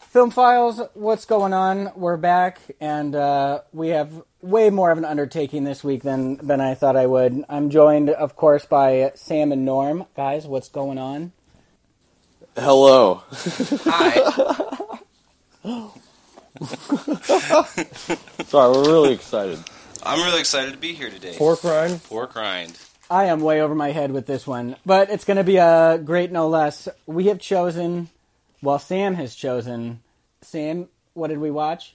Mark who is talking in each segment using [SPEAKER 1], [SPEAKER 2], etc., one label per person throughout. [SPEAKER 1] Film Files, what's going on? We're back, and uh, we have way more of an undertaking this week than, than I thought I would. I'm joined, of course, by Sam and Norm. Guys, what's going on?
[SPEAKER 2] Hello.
[SPEAKER 3] Hi.
[SPEAKER 2] Sorry, we're really excited.
[SPEAKER 3] I'm really excited to be here today.
[SPEAKER 4] Pork rind.
[SPEAKER 3] Pork rind.
[SPEAKER 1] I am way over my head with this one, but it's going to be a great no less. We have chosen, well, Sam has chosen. Sam, what did we watch?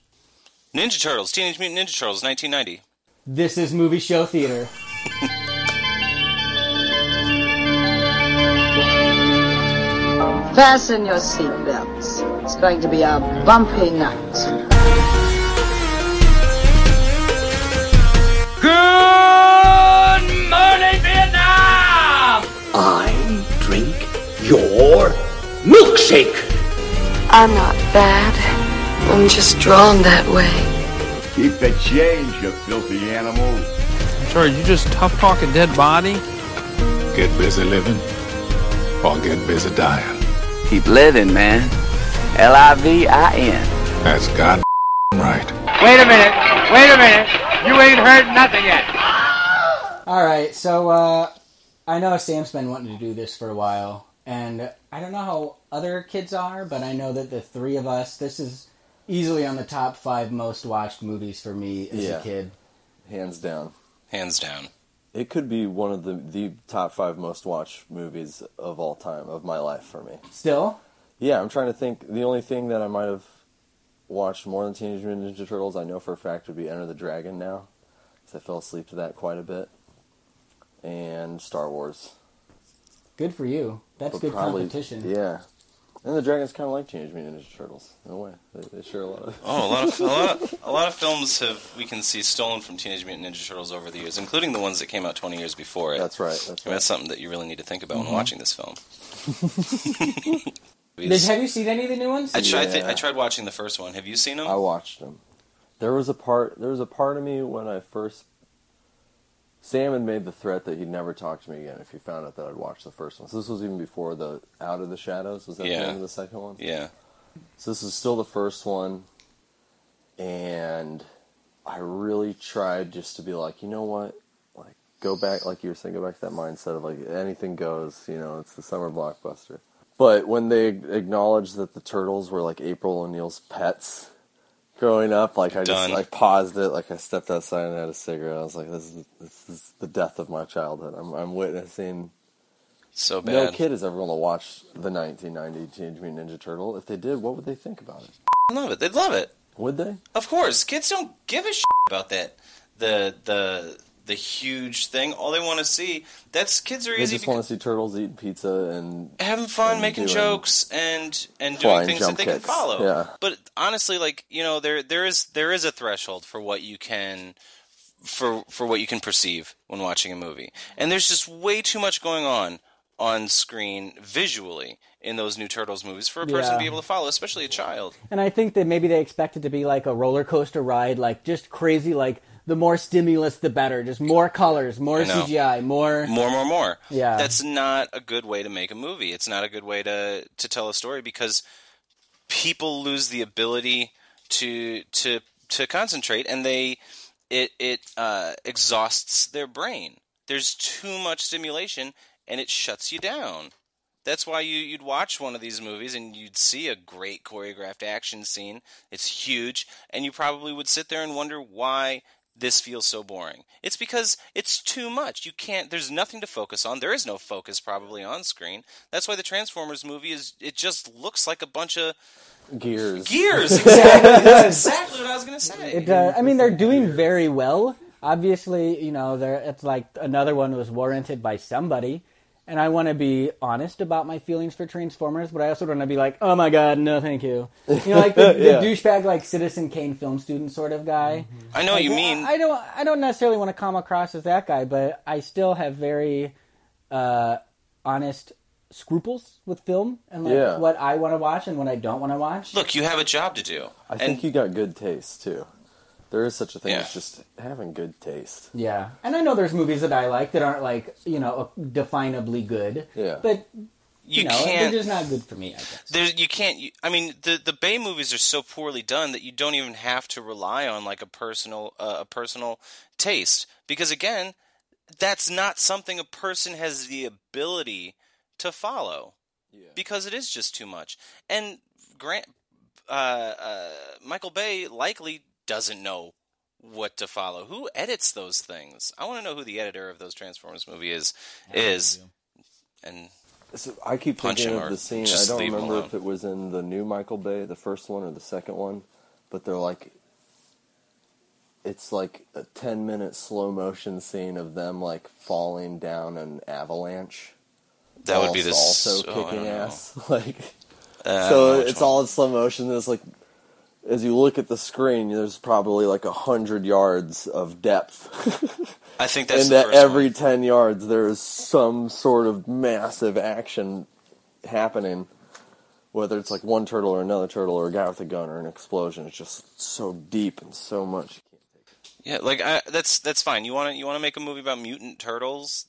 [SPEAKER 3] Ninja Turtles, Teenage Mutant Ninja Turtles, 1990.
[SPEAKER 1] This is Movie Show Theater.
[SPEAKER 5] Fasten your seatbelts. It's going to be a bumpy night.
[SPEAKER 6] I drink your milkshake.
[SPEAKER 7] I'm not bad. I'm just drawn that way.
[SPEAKER 8] Keep the change, you filthy animal.
[SPEAKER 9] Sorry, you just tough talk a dead body?
[SPEAKER 10] Get busy living or get busy dying.
[SPEAKER 6] Keep living, man. L I V I N.
[SPEAKER 10] That's God right.
[SPEAKER 6] Wait a minute. Wait a minute. You ain't heard nothing yet.
[SPEAKER 1] All right, so uh, I know Sam's been wanting to do this for a while, and I don't know how other kids are, but I know that the three of us, this is easily on the top five most watched movies for me as
[SPEAKER 2] Yeah.
[SPEAKER 1] a kid.
[SPEAKER 2] Hands down.
[SPEAKER 3] Hands down.
[SPEAKER 2] It could be one of the, the top five most watched movies of all time of my life for me.
[SPEAKER 1] Still,
[SPEAKER 2] Yeah, I'm trying to think. The only thing that I might have watched more than Teenage Mutant Ninja Turtles, I know for a fact, would be Enter the Dragon now, because I fell asleep to that quite a bit. And Star Wars.
[SPEAKER 1] good for you. That's
[SPEAKER 2] But
[SPEAKER 1] good
[SPEAKER 2] probably-
[SPEAKER 1] competition.
[SPEAKER 2] Yeah. And the dragons kind of like Teenage Mutant Ninja Turtles. No way. They, they share a lot of.
[SPEAKER 3] Oh, a lot of a lot, a lot of films have we can see stolen from Teenage Mutant Ninja Turtles over the years, including the ones that came out 20 years before it.
[SPEAKER 2] That's right. Mm-hmm. That's
[SPEAKER 3] I mean,
[SPEAKER 2] right.
[SPEAKER 3] that's something that you really need to think about when watching this film.
[SPEAKER 1] Did, have you seen any of the new ones?
[SPEAKER 3] I tried. thi-
[SPEAKER 2] Yeah.
[SPEAKER 3] I tried watching the first one. Have you seen them?
[SPEAKER 2] I watched them. There was a part. There was a part of me when I first. Sam had made the threat that he'd never talk to me again if he found out that I'd watched the first one. So this was even before the Out of the Shadows. Was that
[SPEAKER 3] Yeah.
[SPEAKER 2] the name of the second one?
[SPEAKER 3] yeah.
[SPEAKER 2] So this is still the first one, and I really tried just to be like, you know what, like go back, like you were saying, go back to that mindset of like anything goes. You know, it's the summer blockbuster. But when they acknowledged that the turtles were like April O'Neil's pets growing up, like I just
[SPEAKER 3] Done.
[SPEAKER 2] like paused it, like I stepped outside and had a cigarette. I was like, this is this is the death of my childhood. I'm I'm witnessing
[SPEAKER 3] So bad.
[SPEAKER 2] no kid is ever going to watch the 1990 Teenage Mutant Ninja Turtle. If they did, what would they think about it?
[SPEAKER 3] Love it. They'd love it.
[SPEAKER 2] Would they?
[SPEAKER 3] Of course, kids don't give a shit about that. The the the huge thing. All they want to see. That's kids are
[SPEAKER 2] They
[SPEAKER 3] easy.
[SPEAKER 2] just want to see turtles eating pizza and
[SPEAKER 3] having fun,
[SPEAKER 2] and
[SPEAKER 3] making
[SPEAKER 2] doing-
[SPEAKER 3] jokes, and and doing
[SPEAKER 2] Flying
[SPEAKER 3] things that
[SPEAKER 2] jump
[SPEAKER 3] they can
[SPEAKER 2] kicks,
[SPEAKER 3] follow.
[SPEAKER 2] yeah.
[SPEAKER 3] But honestly, like you know, there there is there is a threshold for what you can for for what you can perceive when watching a movie, and there's just way too much going on on screen visually in those new turtles movies for a person
[SPEAKER 1] Yeah.
[SPEAKER 3] to be able to follow, especially a child.
[SPEAKER 1] And I think that maybe they expect it to be like a roller coaster ride, like just crazy, like the more stimulus, the better. Just more colors, more
[SPEAKER 3] I know.
[SPEAKER 1] CGI, more.
[SPEAKER 3] more more more
[SPEAKER 1] Yeah.
[SPEAKER 3] that's not a good way to make a movie it's not a good way to to tell a story because people lose the ability to to to concentrate and they it it uh, exhausts their brain there's too much stimulation and it shuts you down that's why you, you'd watch one of these movies and you'd see a great choreographed action scene. It's huge, and you probably would sit there and wonder why this feels so boring. It's because it's too much. You can't. There's nothing to focus on. There is no focus probably on screen. That's why the Transformers movie is. It just looks like a bunch of
[SPEAKER 2] gears.
[SPEAKER 3] gears. Exactly. That's exactly what I was gonna say.
[SPEAKER 1] It, uh, I mean, they're doing very well. Obviously, you know, they're, it's like another one was warranted by somebody. And I want to be honest about my feelings for Transformers, but I also don't want to be like, oh my god, no, thank you. You know, like the, the
[SPEAKER 2] Yeah.
[SPEAKER 1] douchebag, like Citizen Kane film student sort of guy.
[SPEAKER 3] I know what you mean.
[SPEAKER 1] I don't, I don't necessarily want to come across as that guy, but I still have very uh, honest scruples with film and like
[SPEAKER 2] Yeah.
[SPEAKER 1] what I want to watch and what I don't want to watch.
[SPEAKER 3] Look, you have a job to do.
[SPEAKER 2] I
[SPEAKER 3] and
[SPEAKER 2] think you got good taste too. There is such a thing
[SPEAKER 3] Yeah.
[SPEAKER 2] as just having good taste.
[SPEAKER 1] Yeah, and I know there's movies that I like that aren't like you know definably good.
[SPEAKER 2] Yeah.
[SPEAKER 1] But
[SPEAKER 3] you
[SPEAKER 1] no,
[SPEAKER 3] can't.
[SPEAKER 1] They're just not good for me. I guess.
[SPEAKER 3] There's you can't. You, I mean, the the Bay movies are so poorly done that you don't even have to rely on like a personal uh, a personal taste because again, that's not something a person has the ability to follow because it is just too much. And Grant uh, uh, Michael Bay likely doesn't know what to follow. Who edits those things? I want to know who the editor of those Transformers movie is is and.
[SPEAKER 2] So I keep
[SPEAKER 3] Punch
[SPEAKER 2] thinking
[SPEAKER 3] him
[SPEAKER 2] of
[SPEAKER 3] or
[SPEAKER 2] the scene. I
[SPEAKER 3] just
[SPEAKER 2] don't
[SPEAKER 3] leave him
[SPEAKER 2] remember
[SPEAKER 3] alone.
[SPEAKER 2] if it was in the new Michael Bay, the first one or the second one, but they're like, it's like a ten minute slow motion scene of them like falling down an avalanche.
[SPEAKER 3] That would
[SPEAKER 2] whilst
[SPEAKER 3] be the
[SPEAKER 2] also
[SPEAKER 3] s- oh, I don't
[SPEAKER 2] kicking
[SPEAKER 3] know.
[SPEAKER 2] ass. Like
[SPEAKER 3] Uh,
[SPEAKER 2] so,
[SPEAKER 3] which
[SPEAKER 2] it's
[SPEAKER 3] one.
[SPEAKER 2] all in slow motion. There's like, as you look at the screen, there's probably like a hundred yards of depth.
[SPEAKER 3] I think that's
[SPEAKER 2] and
[SPEAKER 3] the
[SPEAKER 2] at
[SPEAKER 3] first
[SPEAKER 2] every
[SPEAKER 3] one.
[SPEAKER 2] 10 yards there is some sort of massive action happening whether it's like one turtle or another turtle or a guy with a gun or an explosion it's just so deep and so much
[SPEAKER 3] Yeah, like I, that's that's fine. You want to you want to make a movie about mutant turtles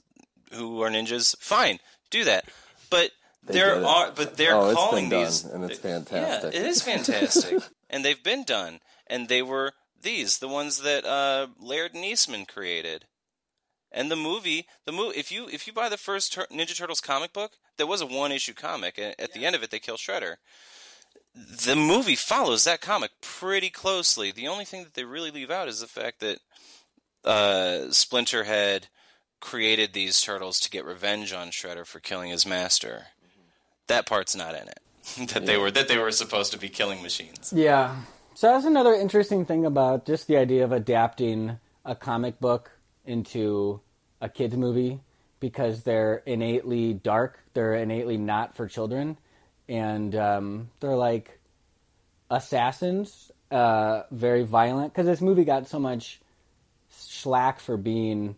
[SPEAKER 3] who are ninjas? Fine, do that. But
[SPEAKER 2] They did
[SPEAKER 3] there
[SPEAKER 2] it.
[SPEAKER 3] are but they're
[SPEAKER 2] Oh, it's
[SPEAKER 3] calling
[SPEAKER 2] been done,
[SPEAKER 3] these
[SPEAKER 2] and it's
[SPEAKER 3] Yeah,
[SPEAKER 2] fantastic.
[SPEAKER 3] it is fantastic, and they've been done, and they were these the ones that uh, Laird and Eastman created. And the movie, the mo- if you if you buy the first Tur- Ninja Turtles comic book, there was a one issue comic, and at the end of it, they kill Shredder. The movie follows that comic pretty closely. The only thing that they really leave out is the fact that uh, Splinter had created these turtles to get revenge on Shredder for killing his master. That part's not in it. that they were that they were supposed to be killing machines.
[SPEAKER 1] Yeah. So that's another interesting thing about just the idea of adapting a comic book into a kids movie because they're innately dark, they're innately not for children, and um, they're like assassins, uh, very violent. Because this movie got so much slack for being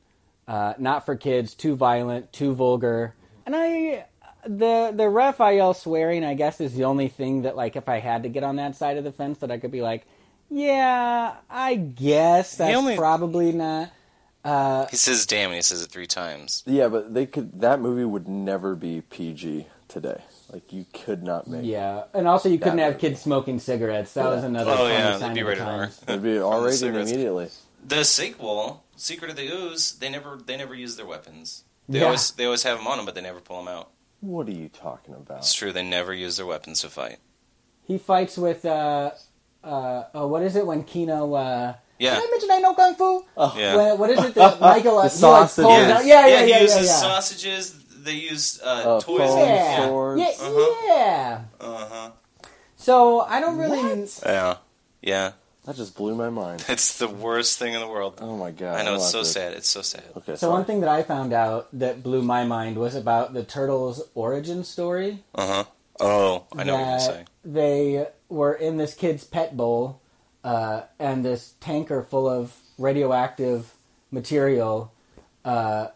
[SPEAKER 1] uh, not for kids, too violent, too vulgar, and I the the Raphael swearing, I guess, is the only thing that like if I had to get on that side of the fence, that I could be like, yeah, I guess that's
[SPEAKER 3] only-
[SPEAKER 1] probably not. Uh,
[SPEAKER 3] He says "damn" and he says it three times.
[SPEAKER 2] yeah but they could that movie would never be pg today like you could not make it.
[SPEAKER 1] Yeah, and also you couldn't
[SPEAKER 2] That
[SPEAKER 1] have
[SPEAKER 2] movie.
[SPEAKER 1] kids smoking cigarettes. That was another.
[SPEAKER 3] Oh
[SPEAKER 1] funny
[SPEAKER 3] yeah,
[SPEAKER 1] sign
[SPEAKER 3] that'd be
[SPEAKER 1] of the
[SPEAKER 3] rated R.
[SPEAKER 1] times.
[SPEAKER 2] it'd be all rated
[SPEAKER 3] cigarettes.
[SPEAKER 2] immediately
[SPEAKER 3] The sequel, Secret of the Ooze, they never they never use their weapons. They
[SPEAKER 1] Yeah.
[SPEAKER 3] always they always have them on them, but they never pull them out.
[SPEAKER 2] what are you talking about
[SPEAKER 3] It's true. They never use their weapons to fight.
[SPEAKER 1] He fights with uh, uh, oh, what is it when Kino? Uh,
[SPEAKER 3] Yeah. Oh,
[SPEAKER 1] Did I mention I know kung fu?
[SPEAKER 3] Yeah.
[SPEAKER 1] When- what is it that Michael? uh, he, like,
[SPEAKER 2] sausage.
[SPEAKER 1] pulls
[SPEAKER 2] Yeah.
[SPEAKER 1] out- yeah, yeah, yeah,
[SPEAKER 3] He
[SPEAKER 1] yeah,
[SPEAKER 3] uses
[SPEAKER 1] yeah.
[SPEAKER 3] sausages. They use uh,
[SPEAKER 2] Uh,
[SPEAKER 3] toys.
[SPEAKER 2] foam.
[SPEAKER 3] and-
[SPEAKER 1] yeah.
[SPEAKER 2] swords.
[SPEAKER 1] Yeah,
[SPEAKER 3] Uh-huh.
[SPEAKER 1] yeah.
[SPEAKER 3] Uh-huh.
[SPEAKER 1] So I don't really.
[SPEAKER 3] Yeah. Yeah.
[SPEAKER 2] that just blew my mind
[SPEAKER 3] It's the worst thing in the world.
[SPEAKER 2] oh my god
[SPEAKER 3] I know
[SPEAKER 2] I'll
[SPEAKER 3] it's
[SPEAKER 2] have
[SPEAKER 3] so
[SPEAKER 2] to-
[SPEAKER 3] sad. It's so sad.
[SPEAKER 2] okay
[SPEAKER 1] So one thing that I found out that blew my mind was about the turtles' origin story.
[SPEAKER 3] Uh huh. Oh, I know what you're gonna
[SPEAKER 1] that
[SPEAKER 3] say.
[SPEAKER 1] They were in this kid's pet bowl, uh, and this tanker full of radioactive material uh,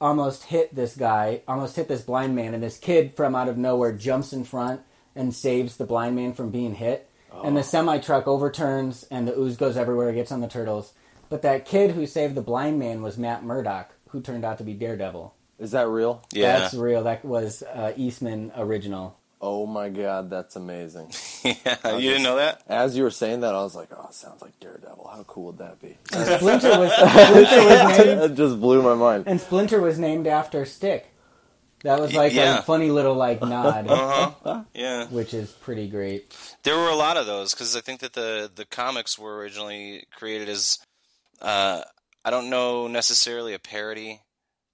[SPEAKER 1] almost hit this guy, almost hit this blind man, and this kid from out of nowhere jumps in front and saves the blind man from being hit. And the
[SPEAKER 3] Oh.
[SPEAKER 1] semi truck overturns, and the ooze goes everywhere, gets on the turtles. But that kid who saved the blind man was Matt Murdock, who turned out to be Daredevil.
[SPEAKER 2] is that real
[SPEAKER 3] Yeah.
[SPEAKER 1] That's real. That was uh, Eastman original.
[SPEAKER 2] oh my god that's amazing
[SPEAKER 3] yeah. You didn't know that?
[SPEAKER 2] As you were saying that, I was like, "Oh, it sounds like Daredevil. How cool would that be?"
[SPEAKER 1] Splinter was uh, Splinter was named
[SPEAKER 2] it just blew my mind.
[SPEAKER 1] and Splinter was named after Stick. That was like
[SPEAKER 3] Yeah.
[SPEAKER 1] a funny little like nod,
[SPEAKER 3] Yeah.
[SPEAKER 1] which is pretty great.
[SPEAKER 3] There were a lot of those because I think that the the comics were originally created as uh, I don't know necessarily a parody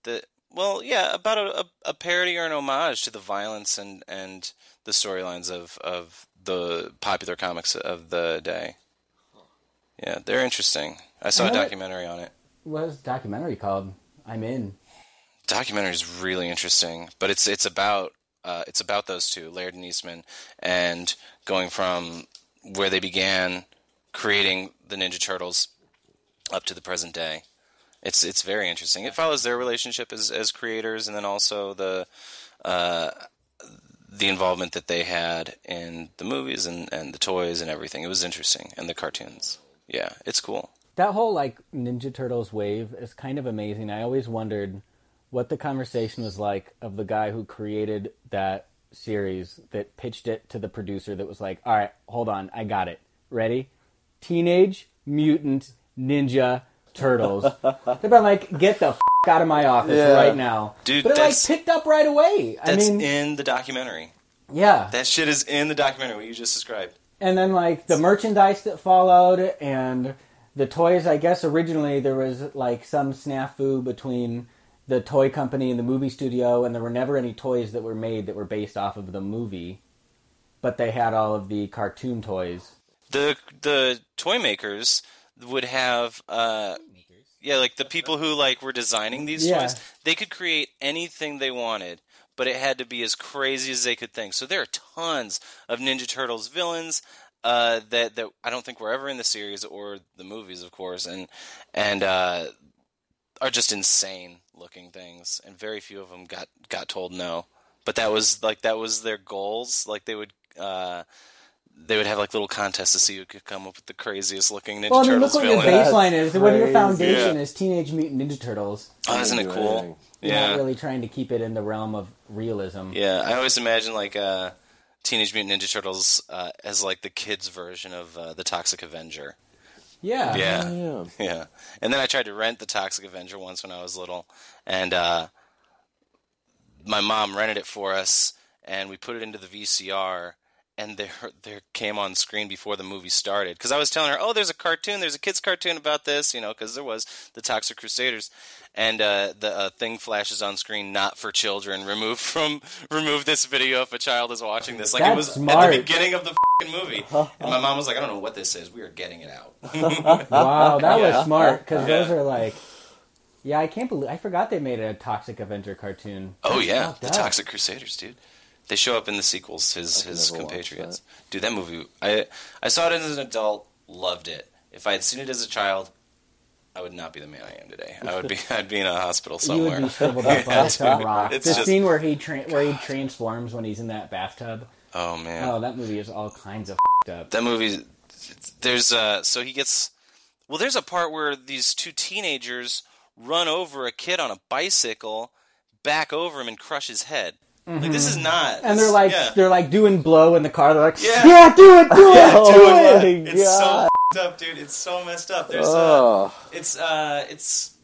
[SPEAKER 3] that well yeah about a, a, a parody or an homage to the violence and and the storylines of of the popular comics of the day. Yeah, they're interesting. I saw a
[SPEAKER 1] Another-
[SPEAKER 3] documentary on it.
[SPEAKER 1] What was the documentary called? I'm in.
[SPEAKER 3] documentary is really interesting, but it's it's about uh, it's about those two, Laird and Eastman, and going from where they began creating the Ninja Turtles up to the present day. It's it's very interesting. It follows their relationship as as creators, and then also the uh, the involvement that they had in the movies and, and the toys and everything. It was interesting, and the cartoons. Yeah, it's cool.
[SPEAKER 1] That whole like Ninja Turtles wave is kind of amazing. I always wondered what the conversation was like of the guy who created that series that pitched it to the producer that was like, all right, hold on, I got it. Ready? Teenage Mutant Ninja Turtles. They've been like, get the f- out of my office
[SPEAKER 2] Yeah.
[SPEAKER 1] right now.
[SPEAKER 3] Dude,
[SPEAKER 1] but it like
[SPEAKER 3] that's-
[SPEAKER 1] picked up right away. I
[SPEAKER 3] That's
[SPEAKER 1] mean,
[SPEAKER 3] in the documentary.
[SPEAKER 1] yeah.
[SPEAKER 3] That shit is in the documentary. What you just described.
[SPEAKER 1] and then like the merchandise that followed and the toys i guess originally there was like some snafu between the toy company and the movie studio and there were never any toys that were made that were based off of the movie but they had all of the cartoon toys
[SPEAKER 3] the the toy makers would have uh yeah like the people who like were designing these
[SPEAKER 1] Yeah.
[SPEAKER 3] toys they could create anything they wanted but it had to be as crazy as they could think so there are tons of ninja turtles villains uh that that i don't think were ever in the series or the movies of course and and uh are just insane looking things and very few of them got got told no but that was like that was their goals like they would uh they would have like little contests to see who could come up with the craziest looking Ninja
[SPEAKER 1] well i mean
[SPEAKER 3] Turtles
[SPEAKER 1] look what
[SPEAKER 3] villain.
[SPEAKER 1] your
[SPEAKER 2] That's
[SPEAKER 1] baseline is what your
[SPEAKER 2] crazy.
[SPEAKER 1] foundation is teenage mutant ninja turtles
[SPEAKER 3] oh, isn't it
[SPEAKER 2] Anyway.
[SPEAKER 3] cool?
[SPEAKER 1] you're
[SPEAKER 3] Yeah,
[SPEAKER 1] not really trying to keep it in the realm of realism
[SPEAKER 3] yeah. I always imagine like uh, Teenage Mutant Ninja Turtles uh, as like the kids' version of uh, the Toxic Avenger.
[SPEAKER 1] yeah,
[SPEAKER 3] Yeah,
[SPEAKER 2] Yeah.
[SPEAKER 3] yeah. And then I tried to rent the Toxic Avenger once when I was little, and uh, my mom rented it for us, and we put it into the VCR. And there, there came on screen before the movie started because I was telling her, "Oh, there's a cartoon. There's a kids' cartoon about this, you know, because there was the Toxic Crusaders." And uh, the uh, thing flashes on screen, not for children. Remove from remove this video if a child is watching this. Like it
[SPEAKER 1] That's
[SPEAKER 3] was at
[SPEAKER 1] smart.
[SPEAKER 3] the beginning of the fing movie. And my mom was like, "I don't know what this is. We are getting it out."
[SPEAKER 1] Wow, that
[SPEAKER 2] Yeah.
[SPEAKER 1] was smart because those are like, yeah, I can't believe I forgot they made a Toxic Avenger cartoon.
[SPEAKER 3] Oh yeah,
[SPEAKER 1] fucked
[SPEAKER 3] the
[SPEAKER 1] up.
[SPEAKER 3] Toxic Crusaders, dude. They show up in the sequels. His
[SPEAKER 2] can
[SPEAKER 3] his
[SPEAKER 2] never watch
[SPEAKER 3] compatriots. Dude, that movie. I I saw it as an adult. Loved it. If I had seen it as a child, I would not be the man I am today. I would be. I'd be in a hospital
[SPEAKER 1] You would
[SPEAKER 3] somewhere.
[SPEAKER 1] be shriveled up
[SPEAKER 3] Yeah,
[SPEAKER 1] like some
[SPEAKER 3] dude.
[SPEAKER 1] rock. The
[SPEAKER 3] It's just-
[SPEAKER 1] scene where he tra- where he transforms when he's in that bathtub.
[SPEAKER 3] oh man,
[SPEAKER 1] Oh, that movie is all kinds of fed up.
[SPEAKER 3] that movie. There's uh. So he gets. Well, there's a part where these two teenagers run over a kid on a bicycle, back over him and crush his head. Like this is not.
[SPEAKER 1] Mm-hmm. And they're like
[SPEAKER 3] yeah.
[SPEAKER 1] they're like doing blow in the car. They're like,
[SPEAKER 3] Yeah.
[SPEAKER 1] yeah, do it, do it, do
[SPEAKER 2] Oh
[SPEAKER 1] it.
[SPEAKER 2] my
[SPEAKER 3] It's so
[SPEAKER 2] God.
[SPEAKER 3] f***ed up, dude. It's so messed up. There's uh,
[SPEAKER 2] Oh.
[SPEAKER 3] it's uh, it's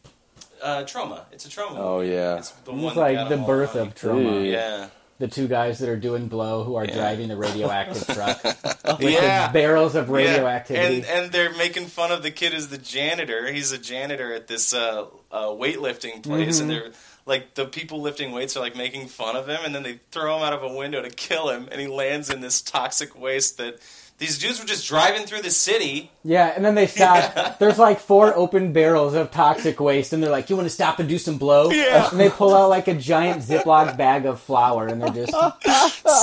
[SPEAKER 3] uh, trauma. It's a trauma.
[SPEAKER 2] Oh,
[SPEAKER 3] movie.
[SPEAKER 2] yeah.
[SPEAKER 3] It's the
[SPEAKER 1] It's
[SPEAKER 3] one that
[SPEAKER 1] like
[SPEAKER 3] got
[SPEAKER 1] the
[SPEAKER 3] them all
[SPEAKER 1] birth
[SPEAKER 3] going.
[SPEAKER 1] of trauma.
[SPEAKER 2] Dude.
[SPEAKER 3] Yeah,
[SPEAKER 1] The two guys that are doing blow who are driving the radioactive truck with
[SPEAKER 3] yeah.
[SPEAKER 1] the barrels of
[SPEAKER 3] Yeah.
[SPEAKER 1] radioactivity.
[SPEAKER 3] and and they're making fun of the kid as the janitor. He's a janitor at this uh, uh, weightlifting place,
[SPEAKER 1] Mm-hmm.
[SPEAKER 3] and they're like the people lifting weights are like making fun of him, and then they throw him out of a window to kill him, and he lands in this toxic waste that these dudes were just driving through the city.
[SPEAKER 1] Yeah, and then they stop. There's like four open barrels of toxic waste, and they're like, "You want to stop and do some blow?"
[SPEAKER 3] Yeah.
[SPEAKER 1] And they pull out like a giant Ziploc bag of flour, and they're just.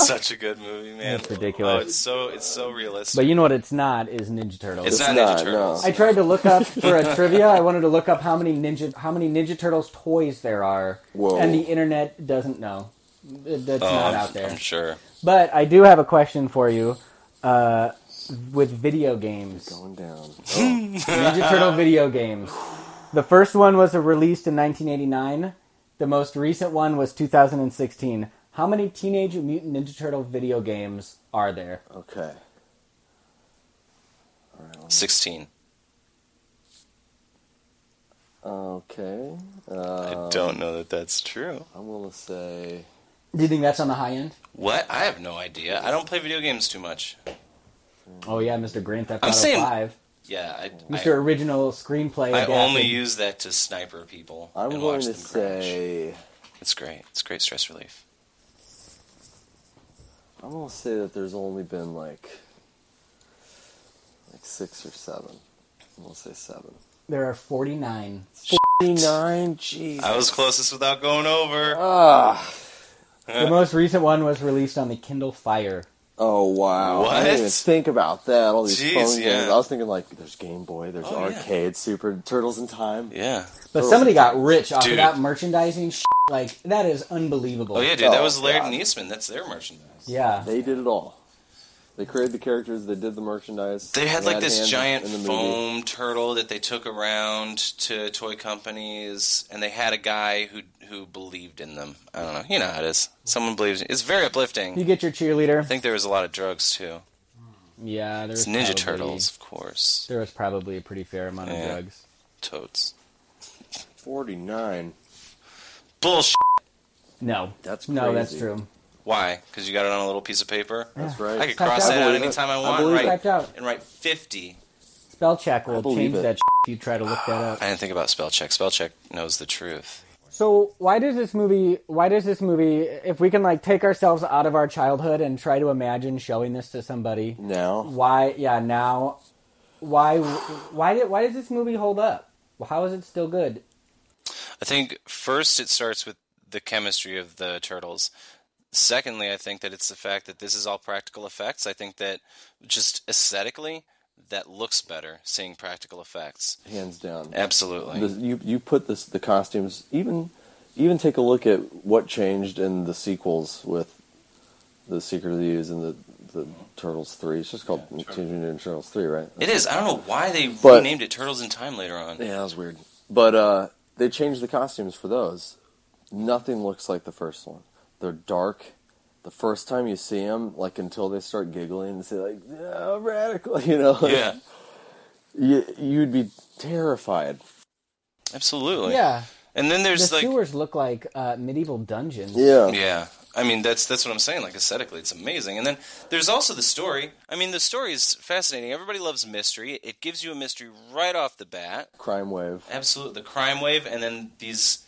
[SPEAKER 3] Such a good movie, man.
[SPEAKER 1] Ah. That's ridiculous.
[SPEAKER 3] Oh, it's so it's so realistic.
[SPEAKER 1] But you know what? It's not is Ninja Turtles.
[SPEAKER 3] It's, not,
[SPEAKER 2] not, no.
[SPEAKER 3] Ninja Turtles.
[SPEAKER 1] I tried to look up for a trivia. I wanted to look up how many ninja how many Ninja Turtles toys there are,
[SPEAKER 2] Whoa.
[SPEAKER 1] and the internet doesn't know. It- That's
[SPEAKER 3] Oh,
[SPEAKER 1] not
[SPEAKER 3] I'm-
[SPEAKER 1] out there.
[SPEAKER 3] I'm sure.
[SPEAKER 1] But I do have a question for you. Uh, with video games,
[SPEAKER 2] Going down. Oh,
[SPEAKER 1] Ninja Turtle video games. The first one was released in 1989. The most recent one was 2016. How many Teenage Mutant Ninja Turtle video games are there?
[SPEAKER 2] Okay.
[SPEAKER 3] 16.
[SPEAKER 2] Okay. Uh,
[SPEAKER 3] I don't know that that's true.
[SPEAKER 2] I'm gonna say
[SPEAKER 1] Do you think that's on the high end?
[SPEAKER 3] What? I have no idea. I don't play video games too much.
[SPEAKER 1] Oh yeah, Mr. Grand Theft
[SPEAKER 3] I'm
[SPEAKER 1] Auto
[SPEAKER 3] saying-
[SPEAKER 1] 5,
[SPEAKER 3] Yeah, I,
[SPEAKER 1] Mr. Original Screenplay.
[SPEAKER 3] I, I
[SPEAKER 1] adapted.
[SPEAKER 3] only use that to sniper people
[SPEAKER 2] I'm
[SPEAKER 3] and
[SPEAKER 2] going
[SPEAKER 3] watch
[SPEAKER 2] to
[SPEAKER 3] them crash.
[SPEAKER 2] say
[SPEAKER 3] It's great. It's great stress relief.
[SPEAKER 2] I'm gonna say that there's only been like like six or seven. I'm gonna say seven.
[SPEAKER 1] there are 49.
[SPEAKER 2] Nine. Jeez.
[SPEAKER 3] I was closest without going over.
[SPEAKER 2] Ah.
[SPEAKER 3] Uh.
[SPEAKER 1] The most recent one was released on the Kindle Fire.
[SPEAKER 2] Oh wow! I
[SPEAKER 3] What?
[SPEAKER 2] didn't even think about that. All these
[SPEAKER 3] Jeez,
[SPEAKER 2] phone games.
[SPEAKER 3] yeah.
[SPEAKER 2] I was thinking like, there's Game Boy, there's
[SPEAKER 3] Oh, yeah.
[SPEAKER 2] arcade, Super Turtles in Time.
[SPEAKER 3] yeah.
[SPEAKER 1] But somebody got rich off
[SPEAKER 3] Oh, Dude.
[SPEAKER 1] of that merchandising. Shit. Like that is unbelievable.
[SPEAKER 3] Oh, yeah, dude. that
[SPEAKER 2] Oh,
[SPEAKER 3] was Laird
[SPEAKER 2] God.
[SPEAKER 3] and Eastman. That's their merchandise.
[SPEAKER 1] Yeah.
[SPEAKER 2] They did it all. They created the characters. They did the merchandise.
[SPEAKER 3] They had like this
[SPEAKER 2] hand
[SPEAKER 3] giant
[SPEAKER 2] in the movie.
[SPEAKER 3] foam turtle that they took around to toy companies, and they had a guy who who believed in them. I don't know. You know how it is. Someone believes. It's very uplifting.
[SPEAKER 1] You
[SPEAKER 3] I
[SPEAKER 1] get your cheerleader.
[SPEAKER 3] think there was a lot of drugs too.
[SPEAKER 1] Yeah, there's
[SPEAKER 3] It's Ninja Turtles, of course.
[SPEAKER 1] There was probably a pretty fair amount of
[SPEAKER 3] Yeah.
[SPEAKER 1] drugs.
[SPEAKER 3] Totes.
[SPEAKER 2] 49.
[SPEAKER 3] Bullshit.
[SPEAKER 1] No,
[SPEAKER 2] That's
[SPEAKER 1] no, that's
[SPEAKER 2] crazy.
[SPEAKER 1] true.
[SPEAKER 3] Why? Because you got it on a little piece of paper.
[SPEAKER 2] That's
[SPEAKER 3] I could
[SPEAKER 2] right.
[SPEAKER 1] Typed
[SPEAKER 3] cross
[SPEAKER 1] out.
[SPEAKER 3] that
[SPEAKER 1] I
[SPEAKER 3] out
[SPEAKER 2] believe it.
[SPEAKER 3] anytime I
[SPEAKER 2] I
[SPEAKER 3] want.
[SPEAKER 2] believe
[SPEAKER 1] It's
[SPEAKER 2] it.
[SPEAKER 3] Right.
[SPEAKER 1] typed out.
[SPEAKER 3] And write fifty.
[SPEAKER 1] Spell check will
[SPEAKER 2] believe
[SPEAKER 1] change
[SPEAKER 2] it.
[SPEAKER 1] that. If you try to look that up.
[SPEAKER 3] I didn't think about spell check. Spell check knows the truth.
[SPEAKER 1] So why does this movie? Why does this movie? If we can like take ourselves out of our childhood and try to imagine showing this to somebody,
[SPEAKER 2] Now,
[SPEAKER 1] why? Yeah, now, why? Why did? Why does this movie hold up? How is it still good?
[SPEAKER 3] I think first it starts with the chemistry of the turtles. Secondly, I think that it's the fact that this is all practical effects. I think that just aesthetically, that looks better seeing practical effects.
[SPEAKER 2] hands down.
[SPEAKER 3] Absolutely.
[SPEAKER 2] The- you you put this the costumes even even take a look at what changed in the sequels with the Secret of the Ooze and the the Turtles three. It's just called Teenage Mutant Ninja Turtles three, right?
[SPEAKER 3] It is. I don't know why they
[SPEAKER 2] But-
[SPEAKER 3] renamed it Turtles in Time later on.
[SPEAKER 2] Yeah, that was weird. But uh, they changed the costumes for those. Nothing looks like the first one. They're dark. The first time you see them, like until they start giggling and say like "Oh, "radical," you know, like,
[SPEAKER 3] Yeah,
[SPEAKER 2] you, you'd be terrified.
[SPEAKER 3] absolutely.
[SPEAKER 1] Yeah,
[SPEAKER 3] And then there's
[SPEAKER 1] the
[SPEAKER 3] like
[SPEAKER 1] sewers look like uh, medieval dungeons.
[SPEAKER 2] Yeah,
[SPEAKER 3] Yeah. I mean that's that's what I'm saying. Like aesthetically, it's amazing. And then there's also the story. I mean, the story is fascinating. Everybody loves mystery. It gives you a mystery right off the bat.
[SPEAKER 2] crime wave.
[SPEAKER 3] Absolutely, the crime wave, and then these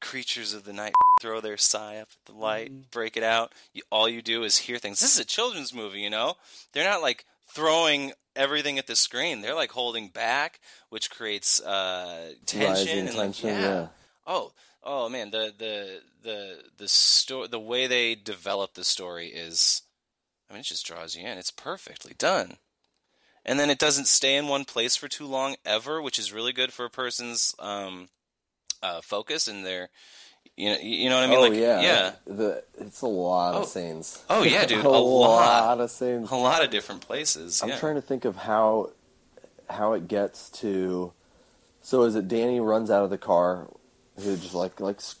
[SPEAKER 3] creatures of the night throw their sigh up at the light,
[SPEAKER 2] Mm-hmm.
[SPEAKER 3] break it out. You, all you do is hear things. This is a children's movie, you know. They're not like throwing everything at the screen. They're like holding back, which creates uh, tension
[SPEAKER 2] Rising
[SPEAKER 3] and
[SPEAKER 2] tension,
[SPEAKER 3] like yeah.
[SPEAKER 2] yeah.
[SPEAKER 3] Oh, oh man, the the the the story, the way they develop the story is, I mean, it just draws you in. It's perfectly done and then it doesn't stay in one place for too long ever, which is really good for a person's um, uh, focus and their, you know, you know what I mean?
[SPEAKER 2] oh
[SPEAKER 3] like,
[SPEAKER 2] yeah, The, it's a lot
[SPEAKER 3] Oh.
[SPEAKER 2] of scenes.
[SPEAKER 3] Oh, yeah, dude,
[SPEAKER 2] a,
[SPEAKER 3] a lot.
[SPEAKER 2] of scenes.
[SPEAKER 3] a lot of different places.
[SPEAKER 2] I'm
[SPEAKER 3] yeah.
[SPEAKER 2] trying to think of how how it gets to. So is it Danny runs out of the car, who just like like "F-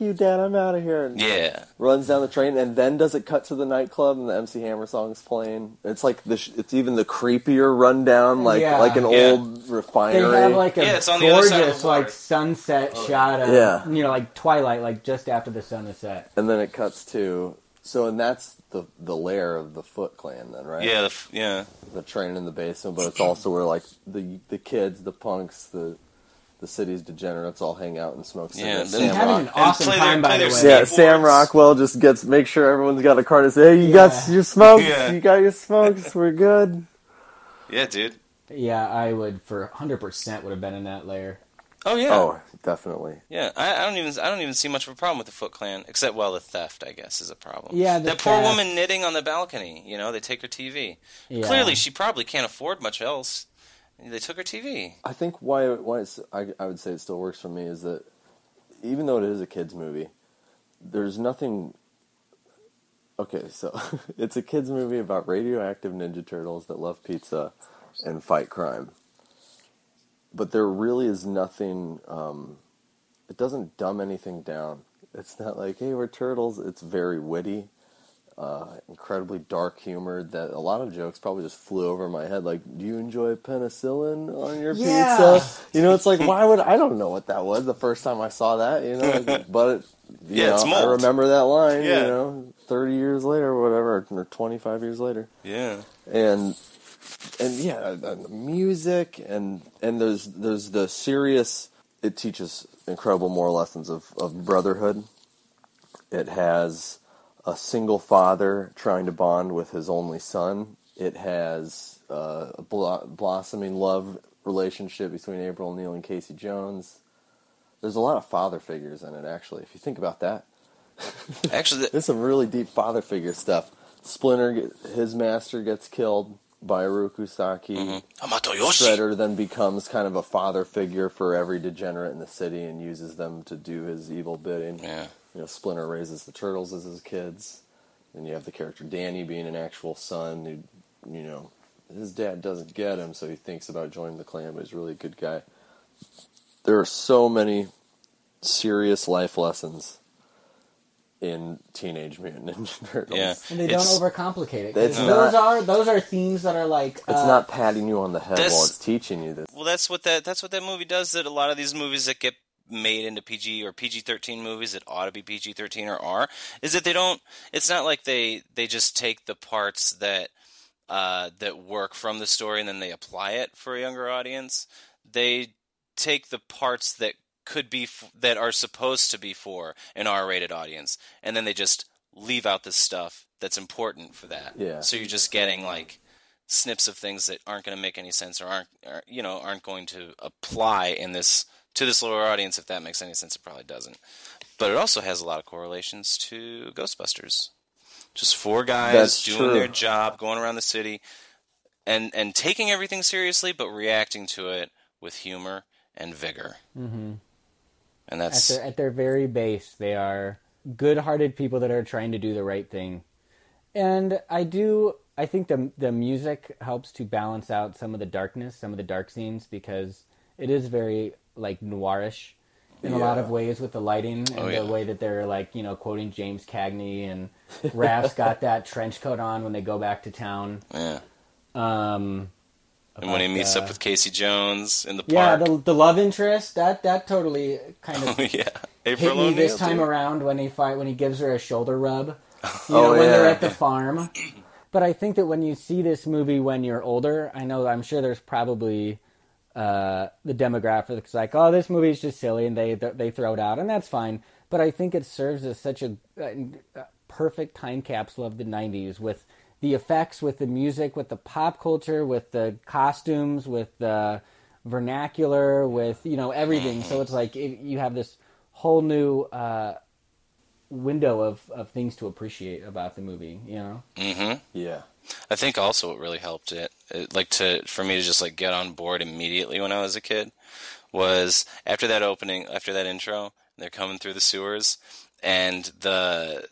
[SPEAKER 2] you dad, I'm out of here, and
[SPEAKER 3] yeah,
[SPEAKER 2] runs down the train, and then does it cut to the nightclub and the MC Hammer song's playing? It's like the sh- it's even the creepier rundown, like
[SPEAKER 1] Yeah.
[SPEAKER 2] like an
[SPEAKER 3] Yeah.
[SPEAKER 2] old
[SPEAKER 1] They
[SPEAKER 2] refinery.
[SPEAKER 1] have like a
[SPEAKER 3] Yeah, it's on the other
[SPEAKER 1] gorgeous
[SPEAKER 3] side of the water. Oh,
[SPEAKER 1] like sunset shot of
[SPEAKER 2] Yeah.
[SPEAKER 1] you know like twilight like just after the sun has set.
[SPEAKER 2] and then it cuts to. So and that's the the lair of the Foot Clan, then, right?
[SPEAKER 3] yeah, the, f- yeah.
[SPEAKER 2] the train in the basement, but it's also where like the the kids, the punks, the the city's degenerates all hang out and smoke
[SPEAKER 3] Yeah,
[SPEAKER 2] cigarettes.
[SPEAKER 3] then-
[SPEAKER 2] Sam
[SPEAKER 1] Having
[SPEAKER 2] Rock-
[SPEAKER 1] an awesome
[SPEAKER 3] play their-
[SPEAKER 1] time by
[SPEAKER 3] play
[SPEAKER 1] the
[SPEAKER 3] their
[SPEAKER 1] way.
[SPEAKER 3] Yeah.
[SPEAKER 2] yeah, Sam
[SPEAKER 3] skateboards.
[SPEAKER 2] Rockwell just gets make sure everyone's got a card and say, "Hey, you got
[SPEAKER 1] Yeah.
[SPEAKER 2] your smokes,
[SPEAKER 3] Yeah.
[SPEAKER 2] you got your smokes, we're good."
[SPEAKER 3] Yeah, dude.
[SPEAKER 1] Yeah, I would for hundred percent would have been in that layer.
[SPEAKER 3] Oh yeah,
[SPEAKER 2] Oh, definitely.
[SPEAKER 3] yeah. I, I don't even I don't even see much of a problem with the Foot Clan, except well, the theft I guess is a problem.
[SPEAKER 1] Yeah, the
[SPEAKER 3] that poor
[SPEAKER 1] theft.
[SPEAKER 3] woman knitting on the balcony. You know, they take her TV.
[SPEAKER 1] Yeah.
[SPEAKER 3] Clearly, she probably can't afford much else. They took her TV.
[SPEAKER 2] I think why why it's, I I would say it still works for me is that even though it is a kids movie, there's nothing. Okay, so it's a kids movie about radioactive ninja turtles that love pizza and fight crime. But there really is nothing. Um, it doesn't dumb anything down. It's not like hey we're turtles. It's very witty, uh, incredibly dark humor. That a lot of jokes probably just flew over my head. Like, do you enjoy penicillin on your
[SPEAKER 1] Yeah.
[SPEAKER 2] pizza? You know, it's like why would I don't know what that was the first time I saw that. You know, but it, you
[SPEAKER 3] Yeah,
[SPEAKER 2] know,
[SPEAKER 3] it's
[SPEAKER 2] I
[SPEAKER 3] mold.
[SPEAKER 2] remember that line.
[SPEAKER 3] Yeah.
[SPEAKER 2] You know, thirty years later, or whatever, or twenty five years later
[SPEAKER 3] Yeah.
[SPEAKER 2] and and yeah, and the music and and there's there's the serious. It teaches incredible moral lessons of, of brotherhood. It has a single father trying to bond with his only son. It has uh, a blo- blossoming love relationship between April O'Neil and Casey Jones. There's a lot of father figures in it, actually. If you think about that,
[SPEAKER 3] Actually, the,
[SPEAKER 2] there's some really deep father figure stuff. Splinter, get- his master gets killed by Rukusaki.
[SPEAKER 3] Amato Yoshi.
[SPEAKER 2] Shredder then becomes kind of a father figure for every degenerate in the city and uses them to do his evil bidding.
[SPEAKER 3] Yeah.
[SPEAKER 2] You know, Splinter raises the turtles as his kids. And you have the character Danny being an actual son who, you know, his dad doesn't get him, so he thinks about joining the clan, but he's really a good guy. There are so many serious life lessons in Teenage Mutant Ninja Turtles.
[SPEAKER 3] Yeah.
[SPEAKER 2] It's
[SPEAKER 1] And they don't
[SPEAKER 3] It's-
[SPEAKER 1] overcomplicate it. 'cause
[SPEAKER 2] It's
[SPEAKER 1] those
[SPEAKER 2] not-
[SPEAKER 1] are those are themes that are like uh,
[SPEAKER 2] not patting you on the head
[SPEAKER 3] That's-
[SPEAKER 2] while it's teaching you this.
[SPEAKER 3] Well, that's what that that's what that movie does. That a lot of these movies that get made into PG or PG thirteen movies that ought to be PG thirteen or R is that they don't. It's not like they they just take the parts that uh, that work from the story and then they apply it for a younger audience. They take the parts that could be f- that are supposed to be for an R rated audience and then they just leave out the stuff that's important for that.
[SPEAKER 2] Yeah.
[SPEAKER 3] So you're just getting like snips of things that aren't going to make any sense or aren't are, you know aren't going to apply in this to this lower audience if that makes any sense it probably doesn't but it also has a lot of correlations to ghostbusters just four guys
[SPEAKER 2] That's
[SPEAKER 3] doing
[SPEAKER 2] true.
[SPEAKER 3] their job going around the city and and taking everything seriously but reacting to it with humor and vigor mm-hmm. and
[SPEAKER 1] at
[SPEAKER 3] that's
[SPEAKER 1] their at their very base they are good-hearted people that are trying to do the right thing and i do i think the the music helps to balance out some of the darkness some of the dark scenes because it is very like noirish in a lot of ways with the lighting and
[SPEAKER 3] Oh,
[SPEAKER 1] the
[SPEAKER 3] yeah.
[SPEAKER 1] way that they're like you know quoting james cagney and raph's got that trench coat on when they go back to town
[SPEAKER 3] yeah
[SPEAKER 1] um
[SPEAKER 3] and when he
[SPEAKER 1] about,
[SPEAKER 3] meets
[SPEAKER 1] uh,
[SPEAKER 3] up with casey jones in the
[SPEAKER 1] yeah
[SPEAKER 3] park
[SPEAKER 1] the, the love interest that that totally kind of
[SPEAKER 3] yeah
[SPEAKER 1] hit
[SPEAKER 3] april
[SPEAKER 1] me this
[SPEAKER 3] O'Neil,
[SPEAKER 1] time
[SPEAKER 3] dude.
[SPEAKER 1] around when he fight when he gives her a shoulder rub. You
[SPEAKER 2] Oh,
[SPEAKER 1] know, when they're
[SPEAKER 2] yeah.
[SPEAKER 1] at the farm. But I think that when you see this movie when you're older, I know I'm sure there's probably uh, the demographics like, oh, this movie is just silly, and they they throw it out, and that's fine. But I think it serves as such a, a perfect time capsule of the '90s with the effects, with the music, with the pop culture, with the costumes, with the vernacular, with you know everything. So it's like it, you have this whole new uh, window of, of things to appreciate about the movie. You know,
[SPEAKER 2] Yeah.
[SPEAKER 3] I think also what really helped it, it, like to for me to just like get on board immediately when I was a kid, was after that opening, after that intro, they're coming through the sewers, and the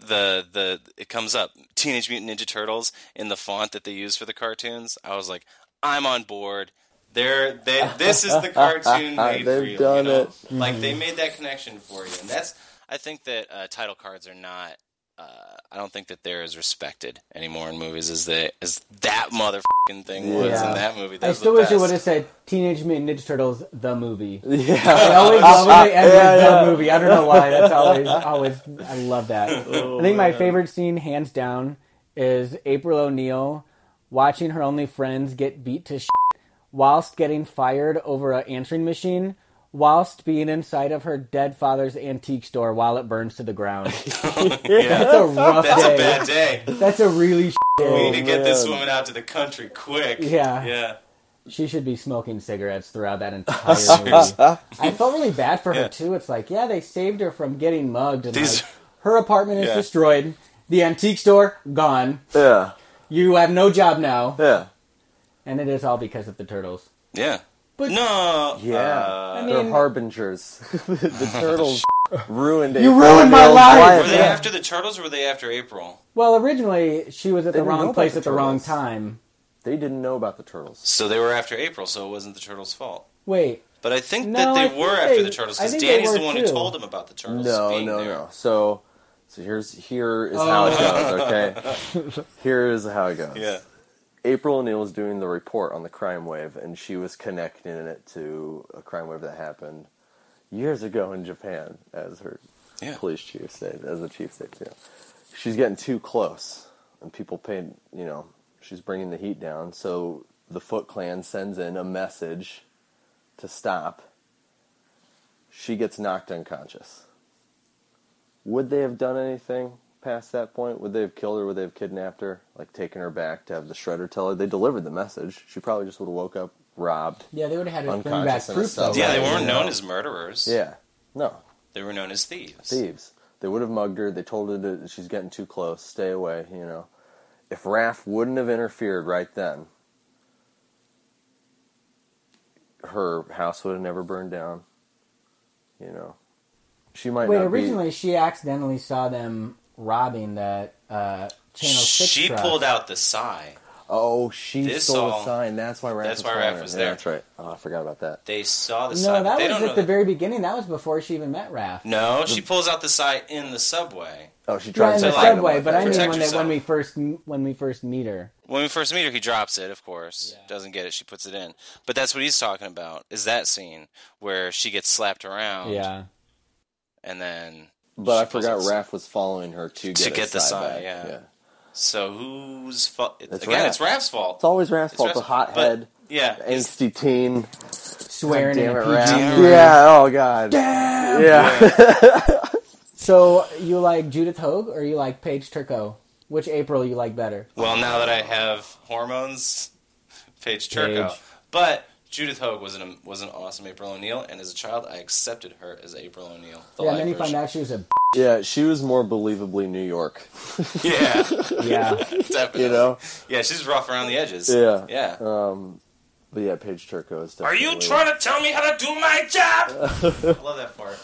[SPEAKER 3] the the it comes up Teenage Mutant Ninja Turtles in the font that they use for the cartoons. I was like, I'm on board. They're they this is the cartoon made for
[SPEAKER 2] They've
[SPEAKER 3] you.
[SPEAKER 2] done
[SPEAKER 3] you know?
[SPEAKER 2] it. Mm-hmm.
[SPEAKER 3] Like they made that connection for you, and that's I think that uh, title cards are not uh, I don't think that they're as respected anymore in movies as they as that motherfucking thing was
[SPEAKER 1] Yeah.
[SPEAKER 3] in that movie. That
[SPEAKER 1] I
[SPEAKER 3] was
[SPEAKER 1] still
[SPEAKER 3] the
[SPEAKER 1] wish it
[SPEAKER 3] best.
[SPEAKER 1] would have said "Teenage Mutant Ninja Turtles: The Movie." I
[SPEAKER 2] Yeah. Ah,
[SPEAKER 1] always love when they end
[SPEAKER 2] Yeah,
[SPEAKER 1] with
[SPEAKER 2] yeah.
[SPEAKER 1] "The Movie." I don't know why. That's always always. I love that.
[SPEAKER 3] Oh,
[SPEAKER 1] I think my favorite scene, hands down, is April O'Neil watching her only friends get beat to shit whilst getting fired over an answering machine. Whilst being inside of her dead father's antique store while it burns to the ground. That's a rough
[SPEAKER 3] That's
[SPEAKER 1] day.
[SPEAKER 3] a bad day.
[SPEAKER 1] That's a really sh-
[SPEAKER 3] we
[SPEAKER 1] day.
[SPEAKER 3] need to get this woman out to the country quick.
[SPEAKER 1] Oh, Yeah.
[SPEAKER 3] yeah.
[SPEAKER 1] She should be smoking cigarettes throughout that entire movie. I felt really bad for her too. It's like, yeah, they saved her from getting mugged, and
[SPEAKER 3] These-
[SPEAKER 1] like, her apartment is
[SPEAKER 3] Yeah.
[SPEAKER 1] destroyed, the antique store gone.
[SPEAKER 2] Yeah.
[SPEAKER 1] You have no job now,
[SPEAKER 2] Yeah.
[SPEAKER 1] and it is all because of the turtles.
[SPEAKER 3] Yeah.
[SPEAKER 1] But-
[SPEAKER 3] no. Uh,
[SPEAKER 2] Yeah.
[SPEAKER 1] I
[SPEAKER 2] They're
[SPEAKER 1] mean,
[SPEAKER 2] harbingers. the turtles ruined it.
[SPEAKER 1] You ruined my life!
[SPEAKER 3] Were they
[SPEAKER 1] Yeah.
[SPEAKER 3] after the turtles or were they after April?
[SPEAKER 1] well, originally she was at the
[SPEAKER 2] didn't know
[SPEAKER 1] wrong
[SPEAKER 2] about
[SPEAKER 1] place
[SPEAKER 2] the
[SPEAKER 1] at the wrong
[SPEAKER 2] turtles.
[SPEAKER 1] time.
[SPEAKER 2] They didn't know about the turtles.
[SPEAKER 3] So they were after April, so it wasn't the turtles' fault.
[SPEAKER 1] Wait,
[SPEAKER 3] But I think
[SPEAKER 1] No,
[SPEAKER 3] that
[SPEAKER 1] I
[SPEAKER 3] they
[SPEAKER 1] think
[SPEAKER 3] were after
[SPEAKER 1] they-
[SPEAKER 3] the turtles
[SPEAKER 1] I
[SPEAKER 3] because
[SPEAKER 1] think they
[SPEAKER 3] Danny's the
[SPEAKER 1] were,
[SPEAKER 3] one who
[SPEAKER 1] too.
[SPEAKER 3] told him about the turtles.
[SPEAKER 2] No,
[SPEAKER 3] being
[SPEAKER 2] no,
[SPEAKER 3] there.
[SPEAKER 2] no. So, so here's here is how it
[SPEAKER 1] Oh.
[SPEAKER 2] goes. Okay. here is how it goes.
[SPEAKER 3] Yeah.
[SPEAKER 2] April O'Neil was doing the report on the crime wave, and she was connecting it to a crime wave that happened years ago in Japan, as her
[SPEAKER 3] Yeah.
[SPEAKER 2] police chief said, as the chief said too. She's getting too close, and people paid, you know, she's bringing the heat down. So the Foot Clan sends in a message to stop. She gets knocked unconscious. Would they have done anything past that point? Would they have killed her? Would they have kidnapped her? Like taken her back to have the shredder tell her? They delivered the message. She probably just would have woke up robbed.
[SPEAKER 1] yeah, they would have had to bring back
[SPEAKER 2] Unconscious in a
[SPEAKER 1] proof though.
[SPEAKER 2] cell.
[SPEAKER 3] Yeah,
[SPEAKER 1] right?
[SPEAKER 3] they weren't
[SPEAKER 2] Yeah.
[SPEAKER 3] known as murderers.
[SPEAKER 2] Yeah. No.
[SPEAKER 3] They were known as thieves.
[SPEAKER 2] Thieves. They would have mugged her. They told her that she's getting too close. Stay away, you know. If Raph wouldn't have interfered right then, her house would have never burned down. You know. She might
[SPEAKER 1] Wait,
[SPEAKER 2] not
[SPEAKER 1] originally she accidentally saw them robbing that uh, Channel Six.
[SPEAKER 3] She
[SPEAKER 1] truck.
[SPEAKER 3] pulled out the sigh.
[SPEAKER 2] be. Oh, she
[SPEAKER 3] This
[SPEAKER 2] stole
[SPEAKER 3] all-
[SPEAKER 2] a sign. That's why Raph
[SPEAKER 3] that's
[SPEAKER 2] was
[SPEAKER 3] why
[SPEAKER 2] calling
[SPEAKER 3] Raph
[SPEAKER 2] her.
[SPEAKER 3] was
[SPEAKER 2] Yeah,
[SPEAKER 3] there.
[SPEAKER 2] That's right. Oh, I forgot about that.
[SPEAKER 3] They saw the
[SPEAKER 1] No,
[SPEAKER 3] sign.
[SPEAKER 1] that
[SPEAKER 3] they
[SPEAKER 1] was
[SPEAKER 3] don't know
[SPEAKER 1] at the
[SPEAKER 3] that.
[SPEAKER 1] very beginning. That was before she even met Raph.
[SPEAKER 3] No, she pulls out the sign in the subway.
[SPEAKER 2] Oh, she
[SPEAKER 1] Yeah,
[SPEAKER 2] tried
[SPEAKER 1] in
[SPEAKER 2] to
[SPEAKER 1] the
[SPEAKER 3] So, like,
[SPEAKER 1] subway, but I mean
[SPEAKER 3] protect
[SPEAKER 1] when, they, when
[SPEAKER 3] yourself.
[SPEAKER 1] we first when we first meet her.
[SPEAKER 3] When we first meet her, he drops it, of course. Doesn't get it, she puts it in. But that's what he's talking about, is that scene where she gets slapped around
[SPEAKER 1] Yeah,
[SPEAKER 3] and then
[SPEAKER 2] But I
[SPEAKER 3] she pulls
[SPEAKER 2] forgot
[SPEAKER 3] out-
[SPEAKER 2] Raph was following her to get
[SPEAKER 3] To
[SPEAKER 2] a
[SPEAKER 3] get the sign,
[SPEAKER 2] back.
[SPEAKER 3] yeah. So whose fault?
[SPEAKER 2] It's
[SPEAKER 3] again,
[SPEAKER 2] Raph.
[SPEAKER 3] it's Raph's fault.
[SPEAKER 2] It's always Raph's
[SPEAKER 3] It's
[SPEAKER 2] fault.
[SPEAKER 3] Raph's-
[SPEAKER 2] The hot
[SPEAKER 3] but-
[SPEAKER 2] head,
[SPEAKER 3] yeah, it's-
[SPEAKER 2] angsty teen.
[SPEAKER 1] swearing in
[SPEAKER 2] Damn
[SPEAKER 1] a
[SPEAKER 2] it,
[SPEAKER 1] PG.
[SPEAKER 2] Raph.
[SPEAKER 3] Damn it.
[SPEAKER 2] Yeah. Oh God. Damn. Yeah.
[SPEAKER 1] So you like Judith Hogue or you like Paige Turco? Which April you like better?
[SPEAKER 3] Well, now that I have hormones, Paige Turco.
[SPEAKER 1] Paige.
[SPEAKER 3] But Judith Hogue was an was an awesome April O'Neil, and as a child, I accepted her as April O'Neil. The
[SPEAKER 1] yeah, and
[SPEAKER 3] live
[SPEAKER 1] then you find
[SPEAKER 3] version.
[SPEAKER 1] out she was a
[SPEAKER 2] yeah. She was more believably New York.
[SPEAKER 3] Yeah,
[SPEAKER 1] yeah.
[SPEAKER 3] definitely.
[SPEAKER 2] You know.
[SPEAKER 3] Yeah, she's rough around the edges.
[SPEAKER 2] Yeah.
[SPEAKER 3] Yeah.
[SPEAKER 2] But yeah, Paige Turco is
[SPEAKER 3] Are
[SPEAKER 2] definitely.
[SPEAKER 3] you trying to tell me how to do my job? I love that part.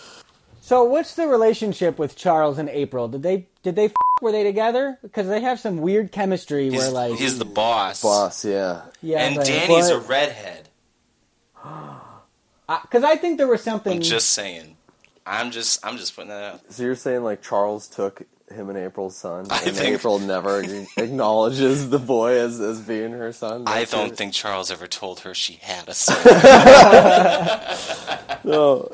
[SPEAKER 1] so what's the relationship with Charles and April? Did they did they f- were they together? Because they have some weird chemistry
[SPEAKER 3] He's,
[SPEAKER 1] where like
[SPEAKER 3] he's the boss.
[SPEAKER 2] Boss. Yeah.
[SPEAKER 1] yeah,
[SPEAKER 3] and
[SPEAKER 1] but-
[SPEAKER 3] Danny's a
[SPEAKER 1] but-
[SPEAKER 3] redhead.
[SPEAKER 1] I- Cause I think there was something.
[SPEAKER 3] I'm just saying. I'm just I'm just putting that out.
[SPEAKER 2] So you're saying like Charles took him and April's son,
[SPEAKER 3] I
[SPEAKER 2] and
[SPEAKER 3] think-
[SPEAKER 2] April never acknowledges the boy as, as being her son.
[SPEAKER 3] I
[SPEAKER 2] That's
[SPEAKER 3] don't
[SPEAKER 2] it?
[SPEAKER 3] think Charles ever told her she had a son.
[SPEAKER 2] No. Oh.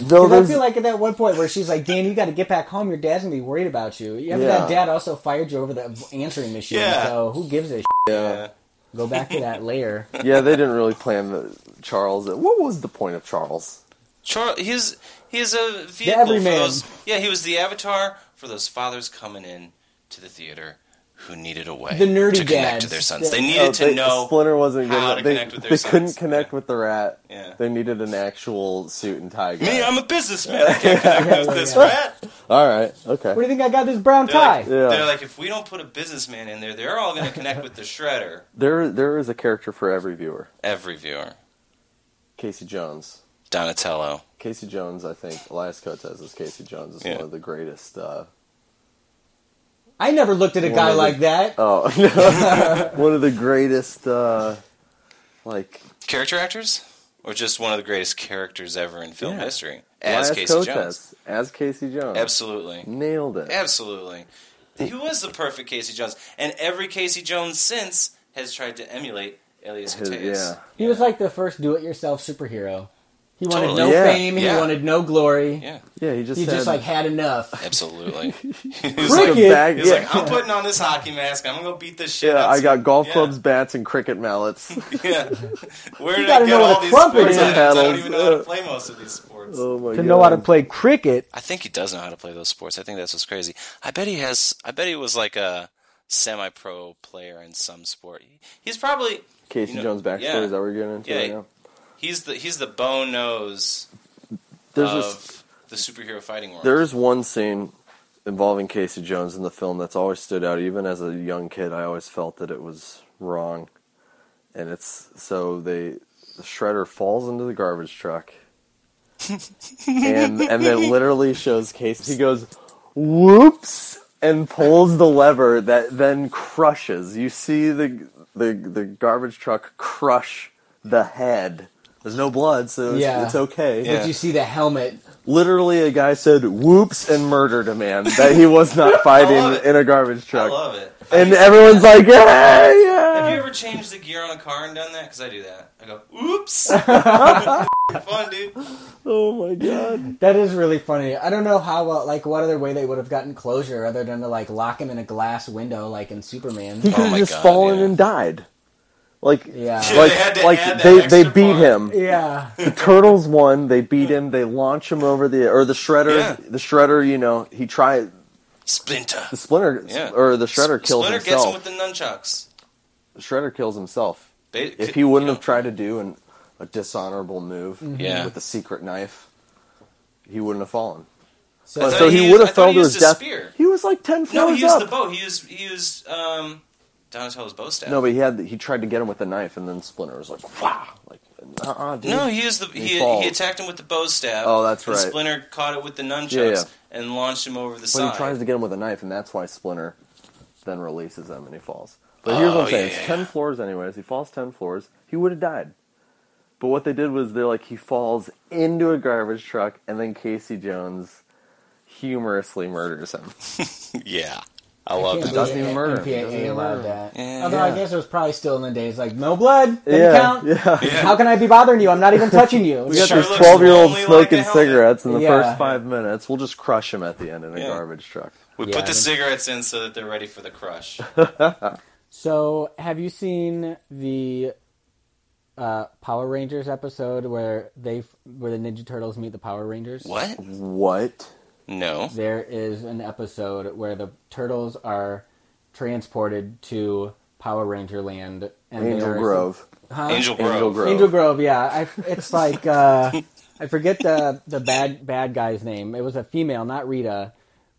[SPEAKER 2] Though
[SPEAKER 1] 'cause I
[SPEAKER 2] there's,
[SPEAKER 1] feel like at that one point where she's like, "Danny, you got to get back home. Your dad's gonna be worried about you." Yeah, but that
[SPEAKER 2] Yeah.
[SPEAKER 1] dad also fired you over the answering machine.
[SPEAKER 3] Yeah.
[SPEAKER 1] So who gives a? Shit?
[SPEAKER 2] yeah,
[SPEAKER 1] Go back to that layer.
[SPEAKER 2] yeah, they didn't really plan the Charles. What was the point of Charles?
[SPEAKER 3] Charles, he's he's a vehicle for
[SPEAKER 1] everyman.
[SPEAKER 3] those. Yeah, he was the avatar for those fathers coming in to the theater who needed a way
[SPEAKER 1] The nerdy
[SPEAKER 3] to connect to
[SPEAKER 1] dads.
[SPEAKER 3] their sons.
[SPEAKER 1] The-
[SPEAKER 3] They
[SPEAKER 2] Oh,
[SPEAKER 3] needed
[SPEAKER 2] they-
[SPEAKER 3] to know.
[SPEAKER 2] Splinter wasn't good.
[SPEAKER 3] how
[SPEAKER 2] enough.
[SPEAKER 3] to
[SPEAKER 2] they
[SPEAKER 3] connect with their
[SPEAKER 2] they
[SPEAKER 3] sons.
[SPEAKER 2] couldn't connect with the rat.
[SPEAKER 3] Yeah.
[SPEAKER 2] They needed an actual suit and tie guy.
[SPEAKER 3] Me, I'm a businessman. I can't connect with this rat.
[SPEAKER 2] All right, okay.
[SPEAKER 1] Where do you think I got this brown
[SPEAKER 3] They're
[SPEAKER 1] tie?
[SPEAKER 3] like,
[SPEAKER 2] Yeah.
[SPEAKER 3] they're like, if we don't put a businessman in there, they're all going to connect with the shredder.
[SPEAKER 2] There, there is a character for every viewer.
[SPEAKER 3] Every viewer,
[SPEAKER 2] Casey Jones.
[SPEAKER 3] Donatello.
[SPEAKER 2] Casey Jones, I think Elias Cotes is Casey Jones is
[SPEAKER 3] Yeah.
[SPEAKER 2] one of the greatest. Uh,
[SPEAKER 1] I never looked at a guy
[SPEAKER 2] Well,
[SPEAKER 1] like that.
[SPEAKER 2] oh, no. one of the greatest. Uh, like
[SPEAKER 3] Character actors, or just one of the greatest characters ever in film
[SPEAKER 2] Yeah.
[SPEAKER 3] history,
[SPEAKER 2] Elias
[SPEAKER 3] as Casey
[SPEAKER 2] Cotes
[SPEAKER 3] Jones.
[SPEAKER 2] as Casey Jones.
[SPEAKER 3] Absolutely.
[SPEAKER 2] Nailed it.
[SPEAKER 3] Absolutely. He was the perfect Casey Jones. And every Casey Jones since has tried to emulate Elias
[SPEAKER 2] His-
[SPEAKER 3] Koteas.
[SPEAKER 2] yeah.
[SPEAKER 1] He was like the first do-it-yourself superhero. He wanted no
[SPEAKER 3] Totally.
[SPEAKER 2] Yeah.
[SPEAKER 1] fame. He
[SPEAKER 3] Yeah.
[SPEAKER 1] wanted no glory.
[SPEAKER 3] Yeah,
[SPEAKER 2] Yeah, he just
[SPEAKER 1] He
[SPEAKER 2] said,
[SPEAKER 1] just like had enough.
[SPEAKER 3] absolutely. he was,
[SPEAKER 2] "Just
[SPEAKER 3] like,
[SPEAKER 1] Cricket.
[SPEAKER 2] a bag-
[SPEAKER 3] he was
[SPEAKER 2] yeah.
[SPEAKER 3] like, I'm putting on this hockey mask. I'm going to go beat this shit
[SPEAKER 2] Yeah,
[SPEAKER 3] up.
[SPEAKER 2] I got golf
[SPEAKER 3] Yeah.
[SPEAKER 2] clubs, bats, and cricket mallets.
[SPEAKER 3] Yeah. Where did
[SPEAKER 1] gotta
[SPEAKER 3] I get
[SPEAKER 1] know what
[SPEAKER 3] all
[SPEAKER 1] a
[SPEAKER 3] these
[SPEAKER 1] trumpet
[SPEAKER 3] sports
[SPEAKER 1] is.
[SPEAKER 3] items? I don't even know how
[SPEAKER 2] Uh,
[SPEAKER 3] to play most of these sports.
[SPEAKER 2] oh my
[SPEAKER 1] To
[SPEAKER 2] god!
[SPEAKER 1] know how to play cricket.
[SPEAKER 3] I think he does know how to play those sports. I think that's what's crazy. I bet he has. I bet he was like a semi-pro player in some sport. He's probably
[SPEAKER 2] Casey
[SPEAKER 3] you know,
[SPEAKER 2] Jones backstory
[SPEAKER 3] yeah.
[SPEAKER 2] is that what you're getting into
[SPEAKER 3] Yeah.
[SPEAKER 2] right now?
[SPEAKER 3] he's the he's the bone nose
[SPEAKER 2] There's
[SPEAKER 3] of
[SPEAKER 2] this,
[SPEAKER 3] the superhero fighting world.
[SPEAKER 2] there is one scene involving Casey Jones in the film that's always stood out. Even as a young kid, I always felt that it was wrong, and it's so they the shredder falls into the garbage truck, and and it literally shows Casey. He goes, "Whoops!" and pulls the lever that then crushes. You see the the the garbage truck crush the head. There's no blood, so it's,
[SPEAKER 1] Yeah.
[SPEAKER 2] it's okay
[SPEAKER 1] Did you see the helmet?
[SPEAKER 2] literally a guy said whoops and murdered a man that he was not fighting
[SPEAKER 3] it.
[SPEAKER 2] in a garbage
[SPEAKER 3] I
[SPEAKER 2] truck
[SPEAKER 3] love it.
[SPEAKER 2] and everyone's like yeah,
[SPEAKER 3] Have you
[SPEAKER 2] yeah.
[SPEAKER 3] ever changed the gear on a car and done that? Because I do that. I go, oops. Fun, dude.
[SPEAKER 2] oh my god
[SPEAKER 1] That is really funny. I don't know how, uh, like, what other way they would have gotten closure other than to like lock him in a glass window, like in Superman.
[SPEAKER 2] he could have
[SPEAKER 3] my
[SPEAKER 2] just
[SPEAKER 3] God,
[SPEAKER 2] fallen
[SPEAKER 3] yeah.
[SPEAKER 2] and died like
[SPEAKER 1] Yeah.
[SPEAKER 3] Yeah, they had
[SPEAKER 2] like
[SPEAKER 3] to add
[SPEAKER 2] like
[SPEAKER 3] that
[SPEAKER 2] they,
[SPEAKER 3] extra
[SPEAKER 2] they beat
[SPEAKER 3] part.
[SPEAKER 2] him
[SPEAKER 1] yeah.
[SPEAKER 2] the turtles won they beat him they launch him over the or the shredder
[SPEAKER 3] Yeah.
[SPEAKER 2] the shredder you know he tried
[SPEAKER 3] Splinter.
[SPEAKER 2] the splinter
[SPEAKER 3] Yeah.
[SPEAKER 2] or the shredder kills
[SPEAKER 3] Splinter
[SPEAKER 2] himself
[SPEAKER 3] gets him with the nunchucks.
[SPEAKER 2] the shredder kills himself
[SPEAKER 3] They-
[SPEAKER 2] if he wouldn't
[SPEAKER 3] you
[SPEAKER 2] have tried to do an, a dishonorable move
[SPEAKER 3] Yeah.
[SPEAKER 2] with a secret knife, he wouldn't have fallen.
[SPEAKER 1] So-
[SPEAKER 2] So,
[SPEAKER 3] I thought he
[SPEAKER 2] he
[SPEAKER 3] used-
[SPEAKER 2] would
[SPEAKER 3] I
[SPEAKER 2] have
[SPEAKER 3] thought
[SPEAKER 2] fell
[SPEAKER 3] he
[SPEAKER 2] to
[SPEAKER 3] used
[SPEAKER 2] his
[SPEAKER 3] a
[SPEAKER 2] death.
[SPEAKER 3] spear.
[SPEAKER 2] He was like ten
[SPEAKER 3] know. No,
[SPEAKER 2] floors
[SPEAKER 3] he used
[SPEAKER 2] up.
[SPEAKER 3] the bow. He used he used um, Donatello's bow staff.
[SPEAKER 2] no, but he had he tried to get him with a knife, and then Splinter was like, "Wow!" Like, uh, uh dude.
[SPEAKER 3] No, he used the he, he,
[SPEAKER 2] falls.
[SPEAKER 3] attacked him with the bow staff.
[SPEAKER 2] Oh, that's
[SPEAKER 3] and
[SPEAKER 2] right.
[SPEAKER 3] Splinter caught it with the nunchucks
[SPEAKER 2] Yeah, yeah.
[SPEAKER 3] and launched him over the
[SPEAKER 2] but
[SPEAKER 3] side.
[SPEAKER 2] he tries to get him with a knife, and that's why Splinter then releases him, and he falls. But here's what
[SPEAKER 3] Oh,
[SPEAKER 2] I'm saying:
[SPEAKER 3] yeah,
[SPEAKER 2] it's
[SPEAKER 3] yeah,
[SPEAKER 2] ten floors, anyways. He falls ten floors. He would have died. But what they did was they're like he falls into a garbage truck, and then Casey Jones humorously murders him.
[SPEAKER 3] Yeah, I love
[SPEAKER 1] Can't
[SPEAKER 3] that.
[SPEAKER 2] doesn't
[SPEAKER 1] believe
[SPEAKER 2] even
[SPEAKER 1] it-
[SPEAKER 2] murder him.
[SPEAKER 1] MPAA
[SPEAKER 2] Doesn't even
[SPEAKER 1] allowed
[SPEAKER 2] murder him.
[SPEAKER 1] that.
[SPEAKER 3] Yeah.
[SPEAKER 1] Although I guess it was probably still in the days like no blood, didn't
[SPEAKER 2] yeah,
[SPEAKER 1] count.
[SPEAKER 2] yeah.
[SPEAKER 1] How can I be bothering you? I'm not even touching you.
[SPEAKER 2] We got
[SPEAKER 3] Sure
[SPEAKER 2] this
[SPEAKER 3] looks
[SPEAKER 2] twelve-year-old
[SPEAKER 3] lonely like
[SPEAKER 2] smoking
[SPEAKER 3] a helmet.
[SPEAKER 2] cigarettes in the
[SPEAKER 1] Yeah.
[SPEAKER 2] first five minutes. We'll just crush him at the end in a
[SPEAKER 3] Yeah.
[SPEAKER 2] garbage truck.
[SPEAKER 3] We
[SPEAKER 1] Yeah,
[SPEAKER 3] put the
[SPEAKER 1] that's-
[SPEAKER 3] cigarettes in so that they're ready for the crush.
[SPEAKER 1] So, have you seen the uh, Power Rangers episode where they where the Ninja Turtles meet the Power Rangers?
[SPEAKER 3] what?
[SPEAKER 2] What?
[SPEAKER 3] No.
[SPEAKER 1] There is an episode where the turtles are transported to Power Ranger Land and they
[SPEAKER 2] Angel
[SPEAKER 1] are-
[SPEAKER 2] Grove.
[SPEAKER 1] Huh?
[SPEAKER 3] Angel Grove.
[SPEAKER 2] Angel Grove.
[SPEAKER 1] Angel Grove, yeah. I, it's like uh, I forget the the bad bad guy's name. It was a female, not Rita,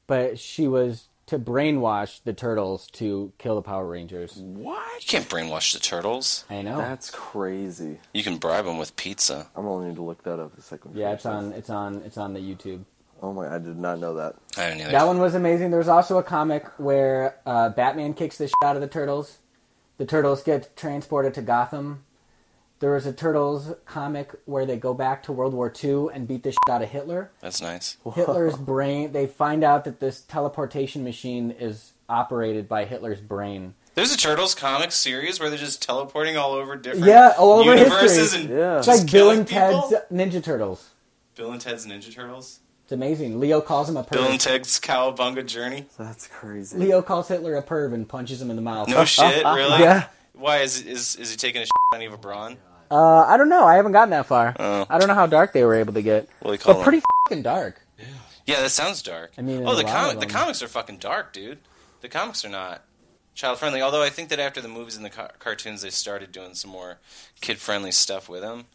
[SPEAKER 1] but she was to brainwash the turtles to kill the Power Rangers.
[SPEAKER 3] What? You can't brainwash the turtles.
[SPEAKER 1] I know.
[SPEAKER 2] That's crazy.
[SPEAKER 3] You can bribe them with pizza.
[SPEAKER 2] I'm gonna need to look that up the second.
[SPEAKER 1] yeah, it's on it's on it's on the YouTube.
[SPEAKER 2] Oh my! I did not know that.
[SPEAKER 3] I don't know.
[SPEAKER 1] That one was amazing. There was also a comic where uh, Batman kicks the shit out of the turtles. The turtles get transported to Gotham. There was a turtles comic where they go back to World War II and beat the shit out of Hitler.
[SPEAKER 3] That's nice.
[SPEAKER 1] Hitler's brain. They find out that this teleportation machine is operated by Hitler's brain.
[SPEAKER 3] There's a Turtles comic series where they're just teleporting all over different
[SPEAKER 1] Yeah, all over
[SPEAKER 3] universes
[SPEAKER 1] history.
[SPEAKER 3] and
[SPEAKER 2] Yeah.
[SPEAKER 1] It's
[SPEAKER 2] Just
[SPEAKER 1] like Bill and
[SPEAKER 3] killing people?
[SPEAKER 1] Ted's Ninja Turtles.
[SPEAKER 3] Bill and Ted's Ninja Turtles.
[SPEAKER 1] It's amazing. Leo calls him a perv.
[SPEAKER 3] Bill and Ted's Cowabunga Journey.
[SPEAKER 2] That's crazy.
[SPEAKER 1] Leo calls Hitler a perv and punches him in the mouth.
[SPEAKER 3] No shit, really?
[SPEAKER 2] Yeah.
[SPEAKER 3] Why is is is he taking a shit on Eva Braun?
[SPEAKER 1] Uh, I don't know. I haven't gotten that far.
[SPEAKER 3] Oh.
[SPEAKER 1] I don't know how dark they were able to get,
[SPEAKER 3] What do you call
[SPEAKER 1] but
[SPEAKER 3] him?
[SPEAKER 1] pretty fucking dark.
[SPEAKER 3] Yeah, that sounds dark.
[SPEAKER 1] I mean, in
[SPEAKER 3] oh,
[SPEAKER 1] a
[SPEAKER 3] the
[SPEAKER 1] lot
[SPEAKER 3] comic
[SPEAKER 1] of
[SPEAKER 3] the
[SPEAKER 1] them.
[SPEAKER 3] comics are fucking dark, dude. The comics are not child friendly. Although I think that after the movies and the ca- cartoons, they started doing some more kid friendly stuff with them.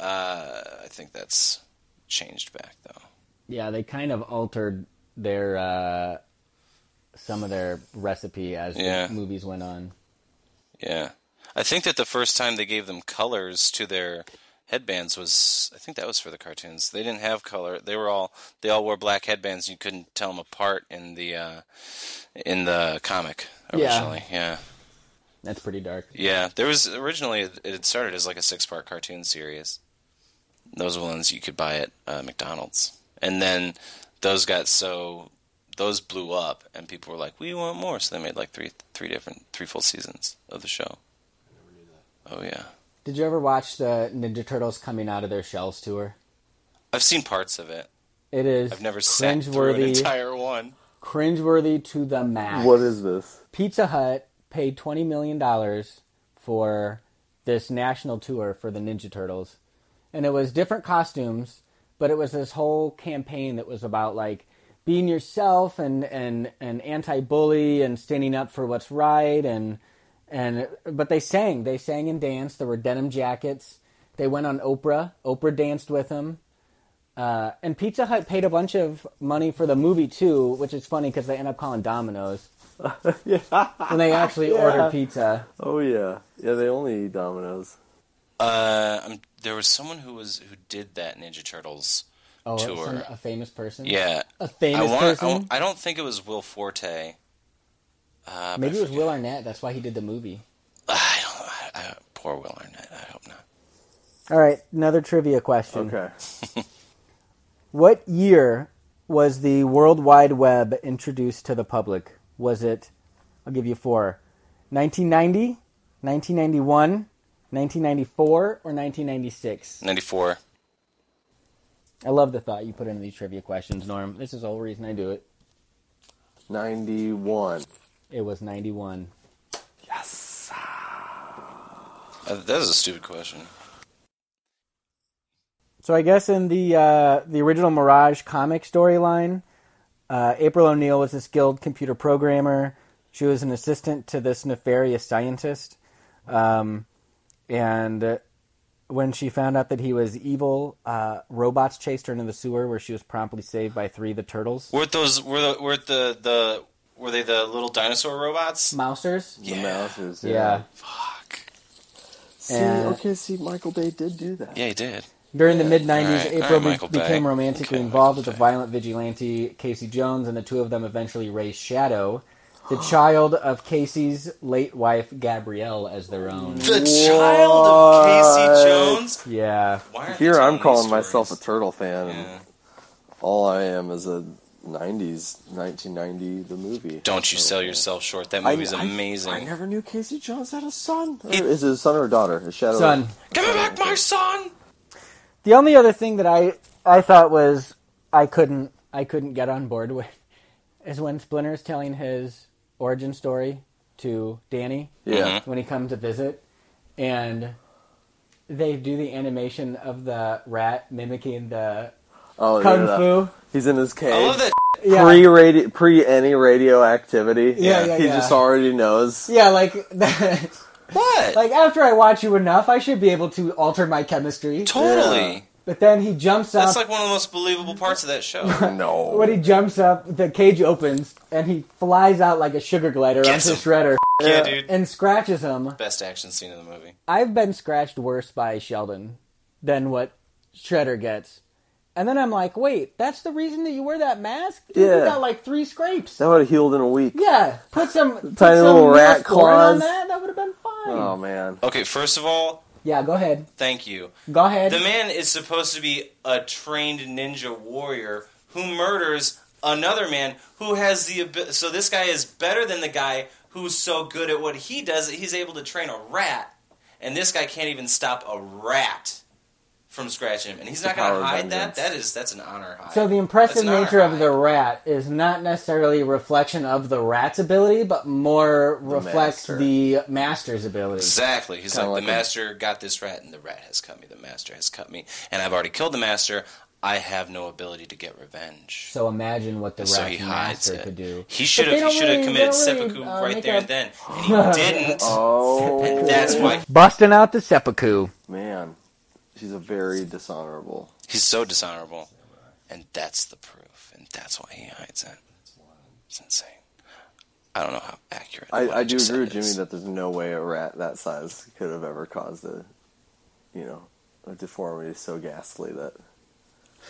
[SPEAKER 3] Uh, I think that's changed back though.
[SPEAKER 1] Yeah, they kind of altered their uh, some of their recipe as
[SPEAKER 3] Yeah.
[SPEAKER 1] the movies went on.
[SPEAKER 3] Yeah, I think that the first time they gave them colors to their headbands was I think that was for the cartoons. They didn't have color. They were all they all wore black headbands. You couldn't tell them apart in the uh, in the comic
[SPEAKER 1] Yeah.
[SPEAKER 3] originally. yeah.
[SPEAKER 1] That's pretty dark.
[SPEAKER 3] Yeah, there was originally it it started as like a six part cartoon series. Those were ones you could buy at uh, McDonald's, and then those got so those blew up, and people were like, "We want more," so they made like three three different three full seasons of the show. Oh yeah,
[SPEAKER 1] Did you ever watch the Ninja Turtles coming out of their shells tour?
[SPEAKER 3] I've seen parts of it.
[SPEAKER 1] It is
[SPEAKER 3] I've never sat through an
[SPEAKER 1] cringeworthy,
[SPEAKER 3] entire one.
[SPEAKER 1] cringeworthy to the max.
[SPEAKER 2] What is this?
[SPEAKER 1] Pizza Hut paid twenty million dollars for this national tour for the Ninja Turtles, and it was different costumes, but it was this whole campaign that was about like being yourself and and and anti-bully and standing up for what's right and and but they sang, they sang and danced. There were denim jackets. They went on Oprah. Oprah danced with them. Uh, and Pizza Hut paid a bunch of money for the movie too, which is funny because they end up calling Domino's when they actually order pizza.
[SPEAKER 2] Oh yeah, yeah. They only eat Domino's.
[SPEAKER 3] Uh, i there was someone who was who did that Ninja Turtles.
[SPEAKER 1] Oh,
[SPEAKER 3] Tour.
[SPEAKER 1] some- a famous person.
[SPEAKER 3] Yeah,
[SPEAKER 1] a famous
[SPEAKER 3] I want.
[SPEAKER 1] person.
[SPEAKER 3] I, don't- I don't think it was Will Forte. Uh, but
[SPEAKER 1] Maybe
[SPEAKER 3] I
[SPEAKER 1] it was
[SPEAKER 3] forget.
[SPEAKER 1] Will Arnett. That's why he did the movie.
[SPEAKER 3] I don't. I, I, poor Will Arnett. I hope not.
[SPEAKER 1] All right, another trivia question.
[SPEAKER 2] Okay.
[SPEAKER 1] What year was the World Wide Web introduced to the public? Was it? I'll give you four. 1990, 1991, 1994, or 1996?
[SPEAKER 3] Ninety four.
[SPEAKER 1] I love the thought you put into these trivia questions, Norm. This is the whole reason I do it.
[SPEAKER 2] Ninety-one.
[SPEAKER 1] It was 91.
[SPEAKER 3] Uh, that is a stupid question.
[SPEAKER 1] So I guess in the uh, the original Mirage comic storyline, uh, April O'Neil was a skilled computer programmer. She was an assistant to this nefarious scientist, um, and uh, when she found out that he was evil, uh, robots chased her into the sewer, where she was promptly saved by three of the turtles.
[SPEAKER 3] Were it those? Were the? Were it the? The? Were they the little dinosaur robots?
[SPEAKER 1] Mousers.
[SPEAKER 2] The Mouses. Yeah.
[SPEAKER 3] Fuck.
[SPEAKER 2] See,
[SPEAKER 1] Yeah.
[SPEAKER 2] okay. See, Michael Bay did do that.
[SPEAKER 3] Yeah, he did.
[SPEAKER 1] During the mid 90s,
[SPEAKER 3] All right. All
[SPEAKER 1] April
[SPEAKER 3] right, Michael
[SPEAKER 1] be-
[SPEAKER 3] Bay.
[SPEAKER 1] became romantically
[SPEAKER 3] Okay,
[SPEAKER 1] involved
[SPEAKER 3] Michael
[SPEAKER 1] with the
[SPEAKER 3] Bay.
[SPEAKER 1] violent vigilante Casey Jones, and the two of them eventually raised Shadow, the child of Casey's late wife Gabrielle as their own.
[SPEAKER 3] The child of Casey Jones.
[SPEAKER 1] Yeah,
[SPEAKER 3] Why aren't they
[SPEAKER 2] Here
[SPEAKER 3] telling
[SPEAKER 2] I'm
[SPEAKER 3] these
[SPEAKER 2] calling myself a
[SPEAKER 3] stories?
[SPEAKER 2] turtle fan. and All I am is a 90s, 1990, the movie.
[SPEAKER 3] Don't you sell yourself short. That movie's amazing.
[SPEAKER 2] I, never knew Casey Jones had a son. Or is it a son or a daughter? A shadow.
[SPEAKER 1] son.
[SPEAKER 3] Give me back my son.
[SPEAKER 1] The only other thing that I I thought was I couldn't I couldn't get on board with is when Splinter's telling his origin story to Danny
[SPEAKER 2] Yeah.
[SPEAKER 1] when he comes to visit, and they do the animation of the rat mimicking the
[SPEAKER 2] Oh,
[SPEAKER 1] kung
[SPEAKER 2] yeah.
[SPEAKER 1] fu.
[SPEAKER 2] He's in his cage.
[SPEAKER 3] I love that.
[SPEAKER 1] Yeah.
[SPEAKER 2] Pre radio, pre any radioactivity.
[SPEAKER 1] Yeah, yeah,
[SPEAKER 2] He
[SPEAKER 1] yeah.
[SPEAKER 2] just already knows.
[SPEAKER 1] yeah, like
[SPEAKER 3] What?
[SPEAKER 1] like after I watch you enough, I should be able to alter my chemistry.
[SPEAKER 3] totally.
[SPEAKER 1] But then he jumps up.
[SPEAKER 3] That's like one of the most believable parts of that show.
[SPEAKER 2] No.
[SPEAKER 1] when he jumps up, the cage opens and he flies out like a sugar glider
[SPEAKER 3] Gets
[SPEAKER 1] onto
[SPEAKER 3] him.
[SPEAKER 1] Shredder
[SPEAKER 3] yeah, dude.
[SPEAKER 1] and scratches him.
[SPEAKER 3] Best action scene in the movie.
[SPEAKER 1] I've been scratched worse by Sheldon than what Shredder gets. And then I'm like, wait, that's the reason that you wear that mask? Dude, You
[SPEAKER 2] Yeah.
[SPEAKER 1] got like three scrapes.
[SPEAKER 2] That would have healed in a week.
[SPEAKER 1] Yeah, put some put
[SPEAKER 2] Tiny
[SPEAKER 1] some
[SPEAKER 2] little rat
[SPEAKER 1] Neosporin on
[SPEAKER 2] claws.
[SPEAKER 1] that. That would have been fine.
[SPEAKER 2] Oh, man.
[SPEAKER 3] Okay, first of all,
[SPEAKER 1] yeah, go ahead,
[SPEAKER 3] thank you.
[SPEAKER 1] go ahead.
[SPEAKER 3] The man is supposed to be a trained ninja warrior who murders another man who has the ability. So this guy is better than the guy who's so good at what he does that he's able to train a rat, and this guy can't even stop a rat from scratching him. And he's not
[SPEAKER 2] The
[SPEAKER 3] going
[SPEAKER 2] power
[SPEAKER 3] to
[SPEAKER 2] of
[SPEAKER 3] hide
[SPEAKER 2] vengeance.
[SPEAKER 3] that. That is that's an honor. High.
[SPEAKER 1] so the impressive
[SPEAKER 3] That's an
[SPEAKER 1] nature of
[SPEAKER 3] honor
[SPEAKER 1] the
[SPEAKER 3] high.
[SPEAKER 1] rat is not necessarily a reflection of the rat's ability, but more reflects
[SPEAKER 2] master.
[SPEAKER 1] the master's ability.
[SPEAKER 3] Exactly. He's
[SPEAKER 2] Kinda
[SPEAKER 3] like, the
[SPEAKER 2] like a-
[SPEAKER 3] master got this rat, and the rat has cut me. The master has cut me, and I've already killed the master. I have no ability to get revenge.
[SPEAKER 1] So imagine what the
[SPEAKER 3] so
[SPEAKER 1] rat's
[SPEAKER 3] he hides
[SPEAKER 1] master
[SPEAKER 3] it.
[SPEAKER 1] could do.
[SPEAKER 3] He should
[SPEAKER 1] they
[SPEAKER 3] have.
[SPEAKER 1] don't
[SPEAKER 3] He should have
[SPEAKER 1] really-
[SPEAKER 3] committed
[SPEAKER 1] they don't really,
[SPEAKER 3] seppuku
[SPEAKER 1] uh,
[SPEAKER 3] right
[SPEAKER 1] make
[SPEAKER 3] there
[SPEAKER 1] a-
[SPEAKER 3] and then, and he didn't.
[SPEAKER 2] Oh,
[SPEAKER 3] That's why
[SPEAKER 1] Busting out the seppuku.
[SPEAKER 2] man. She's a very dishonorable.
[SPEAKER 3] he's so dishonorable, and that's the proof, and that's why he hides it. It's insane. I don't know how accurate.
[SPEAKER 2] I,
[SPEAKER 3] what
[SPEAKER 2] I do
[SPEAKER 3] just
[SPEAKER 2] agree with
[SPEAKER 3] said
[SPEAKER 2] Jimmy
[SPEAKER 3] is.
[SPEAKER 2] that there's no way a rat that size could have ever caused a, you know, a deformity so ghastly that.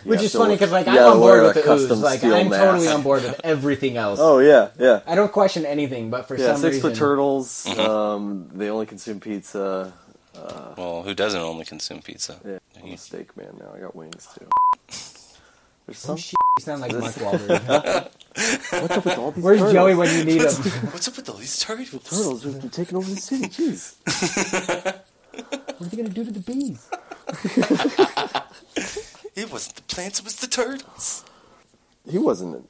[SPEAKER 2] you
[SPEAKER 1] Which
[SPEAKER 2] have
[SPEAKER 1] is
[SPEAKER 2] to
[SPEAKER 1] funny
[SPEAKER 2] look-
[SPEAKER 1] because like
[SPEAKER 2] you
[SPEAKER 1] I'm
[SPEAKER 2] gotta
[SPEAKER 1] on board
[SPEAKER 2] wear
[SPEAKER 1] with
[SPEAKER 2] a
[SPEAKER 1] the ooze.
[SPEAKER 2] custom
[SPEAKER 1] Like
[SPEAKER 2] steel
[SPEAKER 1] I'm
[SPEAKER 2] mask.
[SPEAKER 1] totally on board with everything else.
[SPEAKER 2] Oh yeah, yeah,
[SPEAKER 1] I don't question anything, but for
[SPEAKER 2] yeah.
[SPEAKER 1] some
[SPEAKER 2] Six
[SPEAKER 1] reason,
[SPEAKER 2] foot turtles. Um, they only consume pizza.
[SPEAKER 3] Well, who doesn't only consume pizza?
[SPEAKER 2] Yeah, I'm
[SPEAKER 3] Yeah.
[SPEAKER 2] a steak man now. I got wings too. There's
[SPEAKER 1] Oh,
[SPEAKER 2] some
[SPEAKER 1] shit, you sound like Mark Wahlberg.
[SPEAKER 2] What's up with all these
[SPEAKER 1] Where's
[SPEAKER 2] turtles?
[SPEAKER 1] Joey when you need him?
[SPEAKER 3] What's up with all these turtles?
[SPEAKER 2] Turtles who've been taking over the city. Jeez.
[SPEAKER 1] What are they gonna do to the bees?
[SPEAKER 3] It wasn't the plants; it was the turtles.
[SPEAKER 2] He wasn't. In,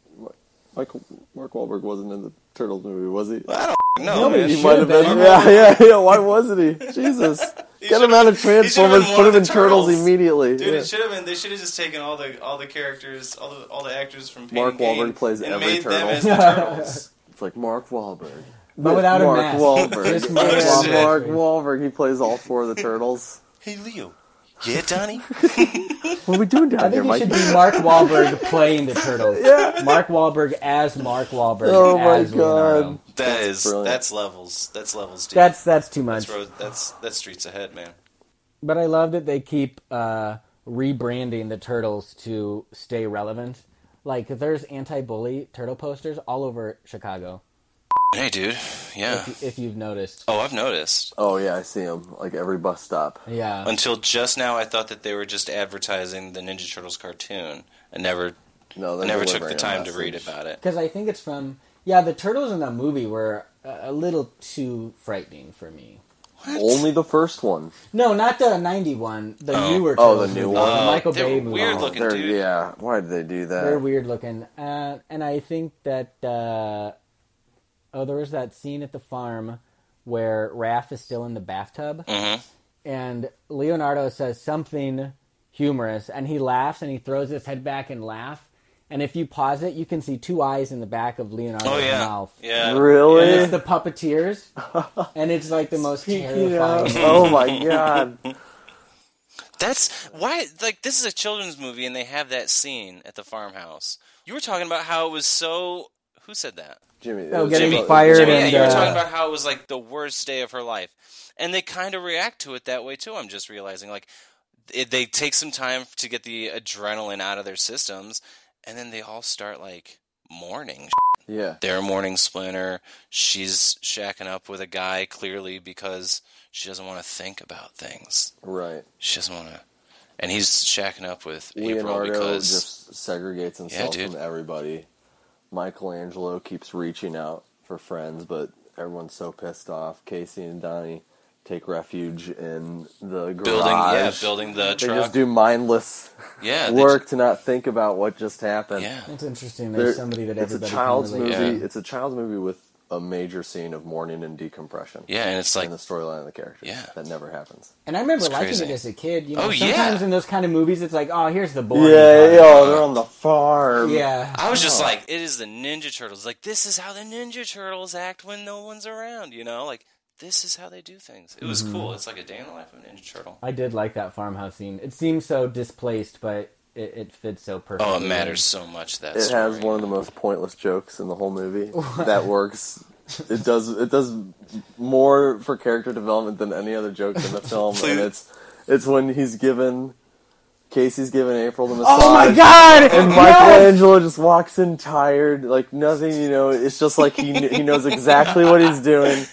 [SPEAKER 2] Michael Mark Wahlberg wasn't in the Turtles movie, was he?
[SPEAKER 3] No,
[SPEAKER 1] Nobody
[SPEAKER 3] man.
[SPEAKER 1] should
[SPEAKER 2] He might have
[SPEAKER 1] have
[SPEAKER 2] been. Yeah, yeah, yeah. Why wasn't he? Jesus. Get him out of Transformers.
[SPEAKER 3] been
[SPEAKER 2] Put
[SPEAKER 3] one of
[SPEAKER 2] him
[SPEAKER 3] the
[SPEAKER 2] in Turtles,
[SPEAKER 3] Turtles.
[SPEAKER 2] immediately.
[SPEAKER 3] Dude,
[SPEAKER 2] Yeah.
[SPEAKER 3] it should have been. They should have just taken all the all the characters, all the all the actors from Pain
[SPEAKER 2] Mark
[SPEAKER 3] and Gain
[SPEAKER 2] Wahlberg plays
[SPEAKER 3] and
[SPEAKER 2] every
[SPEAKER 3] made them
[SPEAKER 2] turtle.
[SPEAKER 3] as the turtles.
[SPEAKER 2] It's like Mark Wahlberg.
[SPEAKER 1] But without a
[SPEAKER 2] Mark
[SPEAKER 1] mask.
[SPEAKER 2] Wahlberg.
[SPEAKER 1] Just Mark
[SPEAKER 2] It's
[SPEAKER 3] Wahlberg.
[SPEAKER 2] Mark Wahlberg. He plays all four of the Turtles.
[SPEAKER 3] hey, Leo. Yeah, Donnie.
[SPEAKER 2] What are we doing
[SPEAKER 1] I
[SPEAKER 2] down here,
[SPEAKER 1] think it
[SPEAKER 2] Mike?
[SPEAKER 1] should be Mark Wahlberg playing the turtles. Yeah. Mark Wahlberg as Mark Wahlberg.
[SPEAKER 2] Oh my
[SPEAKER 1] as Leonardo.
[SPEAKER 2] God.
[SPEAKER 3] That is
[SPEAKER 2] brilliant.
[SPEAKER 3] that's levels. That's levels. Dude.
[SPEAKER 1] That's that's too much.
[SPEAKER 3] that's road, that's that's streets ahead, man.
[SPEAKER 1] But I love that they keep uh, rebranding the turtles to stay relevant. Like there's anti-bully turtle posters all over Chicago.
[SPEAKER 3] Hey, dude. Yeah.
[SPEAKER 1] If, if you've noticed,
[SPEAKER 3] Oh, I've noticed.
[SPEAKER 2] Oh yeah, I see him. Like every bus stop.
[SPEAKER 1] yeah,
[SPEAKER 3] Until just now, I thought that they were just advertising the Ninja Turtles cartoon. I never
[SPEAKER 2] No,
[SPEAKER 3] I
[SPEAKER 2] they're
[SPEAKER 3] never took the
[SPEAKER 2] delivering a
[SPEAKER 3] time to read
[SPEAKER 2] message.
[SPEAKER 3] about it.
[SPEAKER 1] because I think it's from yeah. The turtles in the movie were a a little too frightening for me.
[SPEAKER 2] Only the first one.
[SPEAKER 1] No, not the '91, the
[SPEAKER 3] Oh.
[SPEAKER 1] newer.
[SPEAKER 2] Oh,
[SPEAKER 1] Turtles
[SPEAKER 2] the new
[SPEAKER 1] movie,
[SPEAKER 2] one.
[SPEAKER 1] the
[SPEAKER 3] Oh,
[SPEAKER 1] Michael
[SPEAKER 3] they
[SPEAKER 1] Bay
[SPEAKER 3] were
[SPEAKER 1] movie.
[SPEAKER 3] weird looking.
[SPEAKER 2] They're-
[SPEAKER 3] dude.
[SPEAKER 2] Yeah. Why did they do that?
[SPEAKER 1] They're weird looking, uh, and I think that uh, oh, there was that scene at the farm where Raph is still in the bathtub,
[SPEAKER 3] Mm-hmm.
[SPEAKER 1] and Leonardo says something humorous, and he laughs and he throws his head back and laughs. And if you pause it, you can see two eyes in the back of Leonardo's
[SPEAKER 3] Oh yeah.
[SPEAKER 1] mouth.
[SPEAKER 3] Yeah.
[SPEAKER 1] And it's
[SPEAKER 2] Really?
[SPEAKER 1] the puppeteers, and it's like the most
[SPEAKER 2] Yeah.
[SPEAKER 1] terrifying.
[SPEAKER 2] Oh my god.
[SPEAKER 3] That's why, like, this is a children's movie and they have that scene at the farmhouse. You were talking about how it was so. Who said that?
[SPEAKER 2] Jimmy.
[SPEAKER 1] Oh,
[SPEAKER 2] it was
[SPEAKER 1] getting
[SPEAKER 2] about-
[SPEAKER 1] fired
[SPEAKER 3] Jimmy,
[SPEAKER 1] and,
[SPEAKER 3] yeah, you were
[SPEAKER 1] uh,
[SPEAKER 3] talking about how it was, like, the worst day of her life. And they kind of react to it that way, too, I'm just realizing. Like, it, they take some time to get the adrenaline out of their systems, and then they all start, like, mourning. shit.
[SPEAKER 2] Yeah.
[SPEAKER 3] They're a morning splinter. She's shacking up with a guy clearly because she doesn't want to think about things.
[SPEAKER 2] Right.
[SPEAKER 3] She doesn't want to. And he's shacking up with April
[SPEAKER 2] Leonardo
[SPEAKER 3] because
[SPEAKER 2] just segregates himself
[SPEAKER 3] dude.
[SPEAKER 2] from everybody. Michelangelo keeps reaching out for friends, but everyone's so pissed off. Casey and Donnie take refuge in the garage.
[SPEAKER 3] building, yeah, building the
[SPEAKER 2] They
[SPEAKER 3] truck.
[SPEAKER 2] just do mindless
[SPEAKER 3] yeah, they
[SPEAKER 2] work to not think about what just
[SPEAKER 3] ju-
[SPEAKER 2] happened.
[SPEAKER 3] yeah,
[SPEAKER 1] It's interesting.
[SPEAKER 2] There-
[SPEAKER 1] There's somebody that
[SPEAKER 2] it's a
[SPEAKER 1] everybody
[SPEAKER 2] child's
[SPEAKER 1] can relate
[SPEAKER 2] movie.
[SPEAKER 1] to.
[SPEAKER 3] Yeah.
[SPEAKER 2] It's a child's movie with a major scene of mourning and decompression.
[SPEAKER 3] yeah, and it's like
[SPEAKER 2] in the storyline of the characters.
[SPEAKER 3] Yeah.
[SPEAKER 2] that never happens.
[SPEAKER 1] And I remember
[SPEAKER 3] It's
[SPEAKER 1] liking
[SPEAKER 3] crazy.
[SPEAKER 1] it as a kid. You know,
[SPEAKER 3] Oh, yeah.
[SPEAKER 1] sometimes in those kind of movies, it's like, oh, here's the boy.
[SPEAKER 2] Yeah, yo, they're on the farm.
[SPEAKER 1] yeah.
[SPEAKER 3] I was just like, it is the Ninja Turtles. Like this is how the Ninja Turtles act when no one's around. You know, like this is how they do things. It was cool. It's like a day in the life of a Ninja Turtle.
[SPEAKER 1] I did like that farmhouse scene. It seems so displaced, but it, it fits so perfectly.
[SPEAKER 3] Oh, it matters so much that
[SPEAKER 2] It has
[SPEAKER 3] story.
[SPEAKER 2] one of the most pointless jokes in the whole movie that works. It does it does more for character development than any other joke in the film, and it's it's when he's given Casey's given April the massage.
[SPEAKER 1] Oh my god!
[SPEAKER 2] And Michelangelo just walks in tired, like nothing. You know, it's just like he kn- he knows exactly what he's doing,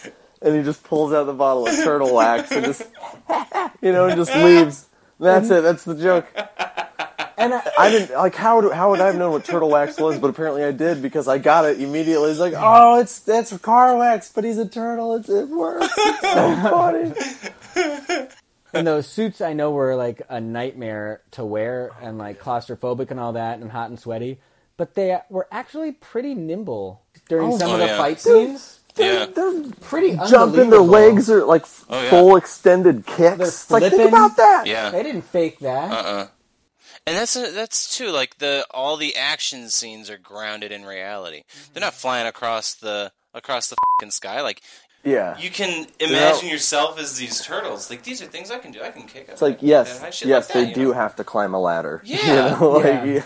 [SPEAKER 2] and he just pulls out the bottle of turtle wax and just you know and just leaves. That's it. That's the joke.
[SPEAKER 1] And I,
[SPEAKER 2] I didn't like how do, how would I have known what turtle wax was? But apparently I did because I got it immediately. It's like, oh, it's that's car wax, but he's a turtle. It's it works. It's so funny.
[SPEAKER 1] and those suits I know were like a nightmare to wear and like claustrophobic and all that and hot and sweaty, but they were actually pretty nimble during some
[SPEAKER 3] Oh,
[SPEAKER 1] of the
[SPEAKER 3] yeah.
[SPEAKER 1] fight scenes.
[SPEAKER 3] Yeah.
[SPEAKER 2] They're
[SPEAKER 1] Pretty
[SPEAKER 2] jumping. Their
[SPEAKER 1] unbelievable.
[SPEAKER 2] legs are like
[SPEAKER 3] Oh, yeah.
[SPEAKER 2] full extended kicks.
[SPEAKER 1] They're
[SPEAKER 2] It's like think
[SPEAKER 1] flipping.
[SPEAKER 2] about that.
[SPEAKER 3] Yeah. Uh-uh.
[SPEAKER 1] They didn't fake that.
[SPEAKER 3] And that's uh, that's too like the all the action scenes are grounded in reality. They're not flying across the across the fing sky. Like
[SPEAKER 2] Yeah.
[SPEAKER 3] you can imagine yourself as these turtles. Like these are things I can do. I can kick.
[SPEAKER 2] It's like yes, yes, they do have to climb a ladder.
[SPEAKER 3] Yeah.
[SPEAKER 2] You know, like,
[SPEAKER 1] Yeah.
[SPEAKER 2] you-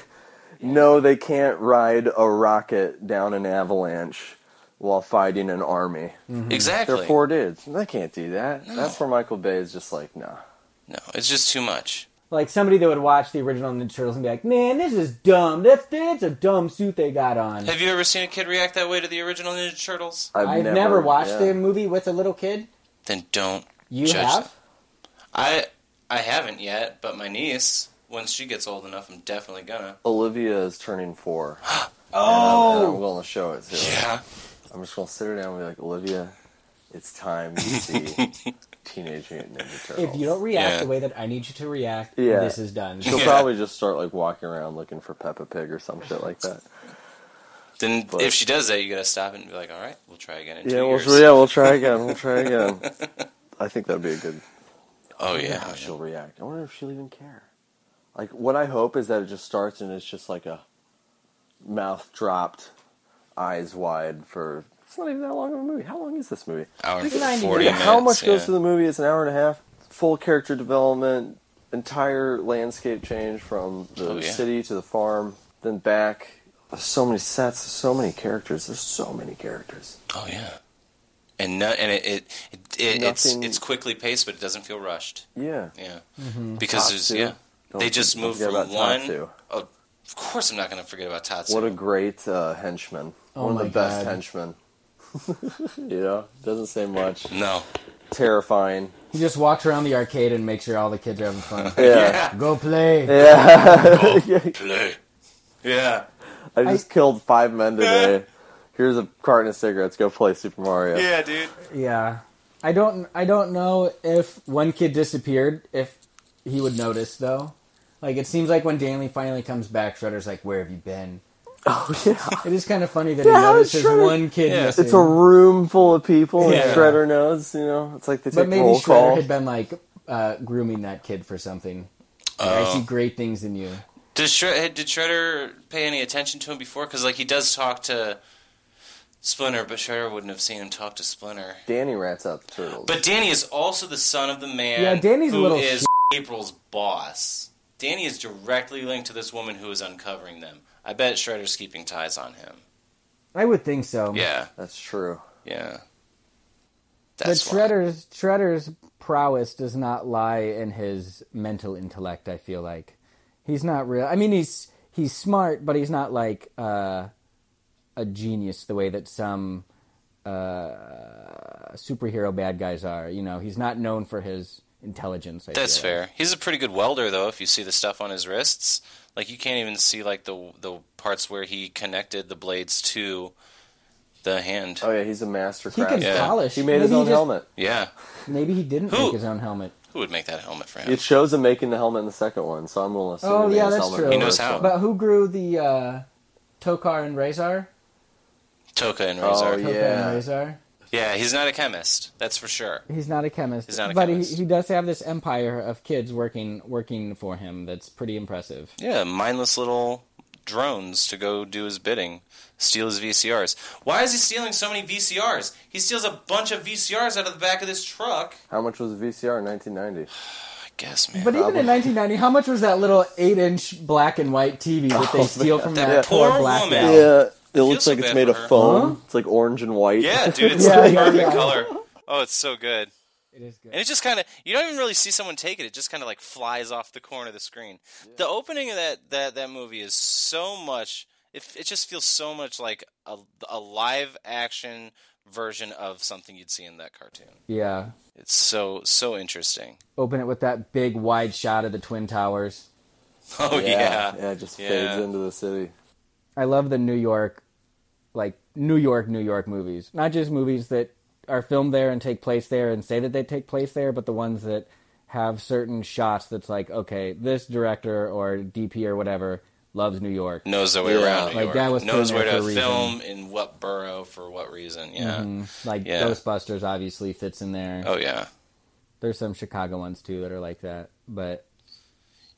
[SPEAKER 2] No, they can't ride a rocket down an avalanche while fighting an army.
[SPEAKER 3] exactly.
[SPEAKER 2] They're four dudes. They can't do that. That's where Michael Bay is just like, nah.
[SPEAKER 3] no, it's just too much.
[SPEAKER 1] Like somebody that would watch the original Ninja Turtles and be like, "Man, this is dumb. That's that's a dumb suit they got on."
[SPEAKER 3] Have you ever seen a kid react that way to the original Ninja Turtles?
[SPEAKER 2] I've,
[SPEAKER 1] I've never, watched
[SPEAKER 2] yeah.
[SPEAKER 1] a movie with a little kid.
[SPEAKER 3] Then don't.
[SPEAKER 1] You
[SPEAKER 3] Judge
[SPEAKER 1] have?
[SPEAKER 3] them. I I haven't yet, but my niece, once she gets old enough, I'm definitely gonna.
[SPEAKER 2] Olivia is turning four. oh, and I'm, going to show it to her.
[SPEAKER 3] Yeah.
[SPEAKER 2] I'm just going to sit her down and be like, Olivia, it's time you see Teenage Mutant Ninja Turtles.
[SPEAKER 1] If you don't react
[SPEAKER 3] Yeah.
[SPEAKER 1] the way that I need you to react,
[SPEAKER 2] Yeah.
[SPEAKER 1] this is done.
[SPEAKER 2] She'll
[SPEAKER 3] Yeah.
[SPEAKER 2] probably just start like walking around looking for Peppa Pig or some shit like that.
[SPEAKER 3] Then
[SPEAKER 2] But-
[SPEAKER 3] if she does that, you gotta stop it and be like, all right, we'll try again in
[SPEAKER 2] Yeah,
[SPEAKER 3] two
[SPEAKER 2] we'll,
[SPEAKER 3] years.
[SPEAKER 2] yeah, we'll try again. We'll try again. I think that'd be a good.
[SPEAKER 3] Oh
[SPEAKER 2] I wonder
[SPEAKER 3] yeah.
[SPEAKER 2] how she'll react. I wonder if she'll even care. Like, what I hope is that it just starts and it's just like a mouth dropped, eyes wide for. It's not even that long of a movie. How long is this movie?
[SPEAKER 3] Hour and
[SPEAKER 1] It's 90
[SPEAKER 3] forty
[SPEAKER 2] Yeah,
[SPEAKER 3] minutes.
[SPEAKER 2] how much
[SPEAKER 3] yeah.
[SPEAKER 2] goes to the movie? It's an hour and a half. Full character development, entire landscape change from the
[SPEAKER 3] Oh, yeah.
[SPEAKER 2] city to the farm, then back. So many sets, so many characters. There's so many characters.
[SPEAKER 3] Oh yeah. And no, and it, it, it, it it's
[SPEAKER 2] Nothing-
[SPEAKER 3] it's quickly paced, but it doesn't feel rushed.
[SPEAKER 2] Yeah.
[SPEAKER 3] Yeah.
[SPEAKER 2] Mm-hmm.
[SPEAKER 3] Because there's
[SPEAKER 2] Tatsu.
[SPEAKER 3] yeah.
[SPEAKER 2] Don't-
[SPEAKER 3] They just
[SPEAKER 2] don't
[SPEAKER 3] move
[SPEAKER 2] forget
[SPEAKER 3] from
[SPEAKER 2] about
[SPEAKER 3] one.
[SPEAKER 2] Tatsu.
[SPEAKER 3] Oh, of course, I'm not going to forget about Tatsu.
[SPEAKER 2] What a great uh, henchman.
[SPEAKER 1] Oh
[SPEAKER 2] One of
[SPEAKER 1] my
[SPEAKER 2] the best
[SPEAKER 1] God.
[SPEAKER 2] henchmen. you know, doesn't say much.
[SPEAKER 3] no.
[SPEAKER 2] Terrifying.
[SPEAKER 1] He just walks around the arcade and makes sure all the kids are having fun.
[SPEAKER 2] Yeah.
[SPEAKER 1] Go play.
[SPEAKER 3] Play. Yeah.
[SPEAKER 2] I just killed five men today. Here's a carton of cigarettes. Go play Super Mario.
[SPEAKER 3] Yeah, dude.
[SPEAKER 1] Yeah. I don't I don't know if one kid disappeared if he would notice though. Like it seems like when Danley finally comes back, Shredder's like, "Where have you been?"
[SPEAKER 2] Oh, yeah.
[SPEAKER 1] It is kind of funny that
[SPEAKER 2] Yeah,
[SPEAKER 1] he
[SPEAKER 2] how is
[SPEAKER 1] notices
[SPEAKER 2] Shredder-
[SPEAKER 1] one kid
[SPEAKER 3] Yeah.
[SPEAKER 1] missing.
[SPEAKER 2] It's a room full of people,
[SPEAKER 1] Yeah.
[SPEAKER 2] and Shredder knows, you know. It's like they
[SPEAKER 1] but
[SPEAKER 2] take
[SPEAKER 1] maybe
[SPEAKER 2] roll
[SPEAKER 1] Shredder
[SPEAKER 2] call.
[SPEAKER 1] had been like uh, grooming that kid for something. Like, I
[SPEAKER 3] Oh.
[SPEAKER 1] see great things in you.
[SPEAKER 3] Does Shred- did Shredder pay any attention to him before? Because like he does talk to Splinter, but Shredder wouldn't have seen him talk to Splinter.
[SPEAKER 2] Danny rats out the turtles.
[SPEAKER 3] But Danny is also the son of the man.
[SPEAKER 1] Yeah, Danny's a
[SPEAKER 3] who
[SPEAKER 1] little
[SPEAKER 3] is April's boss. Danny is directly linked to this woman who is uncovering them. I bet Shredder's keeping ties on him.
[SPEAKER 1] I would think so.
[SPEAKER 3] Yeah,
[SPEAKER 2] That's true.
[SPEAKER 3] yeah.
[SPEAKER 1] But
[SPEAKER 3] That's why.
[SPEAKER 1] Shredder's Shredder's prowess does not lie in his mental intellect. I feel like he's not real. I mean, he's he's smart, but he's not like uh, a genius the way that some uh, superhero bad guys are. You know, he's not known for his intelligence. I
[SPEAKER 3] That's
[SPEAKER 1] feel.
[SPEAKER 3] fair. He's a pretty good welder, though. If you see the stuff on his wrists, like you can't even see like the the parts where he connected the blades to the hand.
[SPEAKER 2] Oh yeah, he's a master
[SPEAKER 1] He can
[SPEAKER 2] craftsman.
[SPEAKER 3] Yeah.
[SPEAKER 1] polish.
[SPEAKER 2] He made
[SPEAKER 1] Maybe
[SPEAKER 2] his own
[SPEAKER 1] just-
[SPEAKER 2] helmet.
[SPEAKER 3] Yeah,
[SPEAKER 1] Maybe he didn't
[SPEAKER 3] Who?
[SPEAKER 1] make his own helmet.
[SPEAKER 3] who would make that helmet for him?
[SPEAKER 2] It shows him making the helmet in the second one, so I'm gonna assume.
[SPEAKER 1] Oh
[SPEAKER 2] he made
[SPEAKER 1] yeah,
[SPEAKER 2] his
[SPEAKER 1] that's
[SPEAKER 2] helmet in
[SPEAKER 1] true.
[SPEAKER 2] the
[SPEAKER 3] He knows
[SPEAKER 2] first
[SPEAKER 3] how.
[SPEAKER 2] one.
[SPEAKER 1] But who grew the uh, Tokar and Razor?
[SPEAKER 3] Toka and
[SPEAKER 2] Oh,
[SPEAKER 3] Razor.
[SPEAKER 2] yeah.
[SPEAKER 1] Tokar and Razor.
[SPEAKER 3] yeah, he's not a chemist. That's for sure.
[SPEAKER 1] He's not a chemist,
[SPEAKER 3] He's not a
[SPEAKER 1] but
[SPEAKER 3] chemist.
[SPEAKER 1] He, he does have this empire of kids working working for him. That's pretty impressive.
[SPEAKER 3] Yeah, mindless little drones to go do his bidding, steal his VCRs. Why is he stealing so many VCRs? He steals a bunch of VCRs out of the back of this truck.
[SPEAKER 2] How much was a VCR in 1990?
[SPEAKER 3] I guess, man.
[SPEAKER 1] But even in 1990, how much was that little eight-inch black and white TV that they steal from
[SPEAKER 3] That
[SPEAKER 1] that, poor,
[SPEAKER 3] poor
[SPEAKER 1] black
[SPEAKER 3] woman.
[SPEAKER 1] gal?
[SPEAKER 2] Yeah, it
[SPEAKER 3] so bad for her.
[SPEAKER 2] foam. It's like orange and white.
[SPEAKER 3] yeah, dude, it's
[SPEAKER 1] Yeah,
[SPEAKER 3] the
[SPEAKER 1] yeah,
[SPEAKER 3] perfect
[SPEAKER 1] yeah.
[SPEAKER 3] color. Oh, it's so good.
[SPEAKER 1] It is good.
[SPEAKER 3] And it just kind of you don't even really see someone take it. It just kind of like flies off the corner of the screen. The opening of that that that movie is so much. It it just feels so much like a, a live action version of something you'd see in that cartoon.
[SPEAKER 1] Yeah.
[SPEAKER 3] It's so so interesting.
[SPEAKER 1] Open it with that big wide shot of the twin towers.
[SPEAKER 3] Oh yeah,
[SPEAKER 2] yeah, yeah, it just
[SPEAKER 3] Yeah.
[SPEAKER 2] fades into the city.
[SPEAKER 1] I love the New York, like New York, New York movies. Not just movies that are filmed there and take place there and say that they take place there, but the ones that have certain shots that's like, okay, this director or DP or whatever loves New York.
[SPEAKER 3] knows their way
[SPEAKER 2] Yeah,
[SPEAKER 3] around. New
[SPEAKER 1] like,
[SPEAKER 3] York.
[SPEAKER 1] that was put in
[SPEAKER 3] knows
[SPEAKER 1] there
[SPEAKER 3] where
[SPEAKER 1] for
[SPEAKER 3] to
[SPEAKER 1] a reason. Mm-hmm.
[SPEAKER 3] film in what borough for what reason. Yeah.
[SPEAKER 1] Mm, Like
[SPEAKER 3] Yeah.
[SPEAKER 1] Ghostbusters obviously fits in there.
[SPEAKER 3] Oh yeah.
[SPEAKER 1] There's some Chicago ones too that are like that, but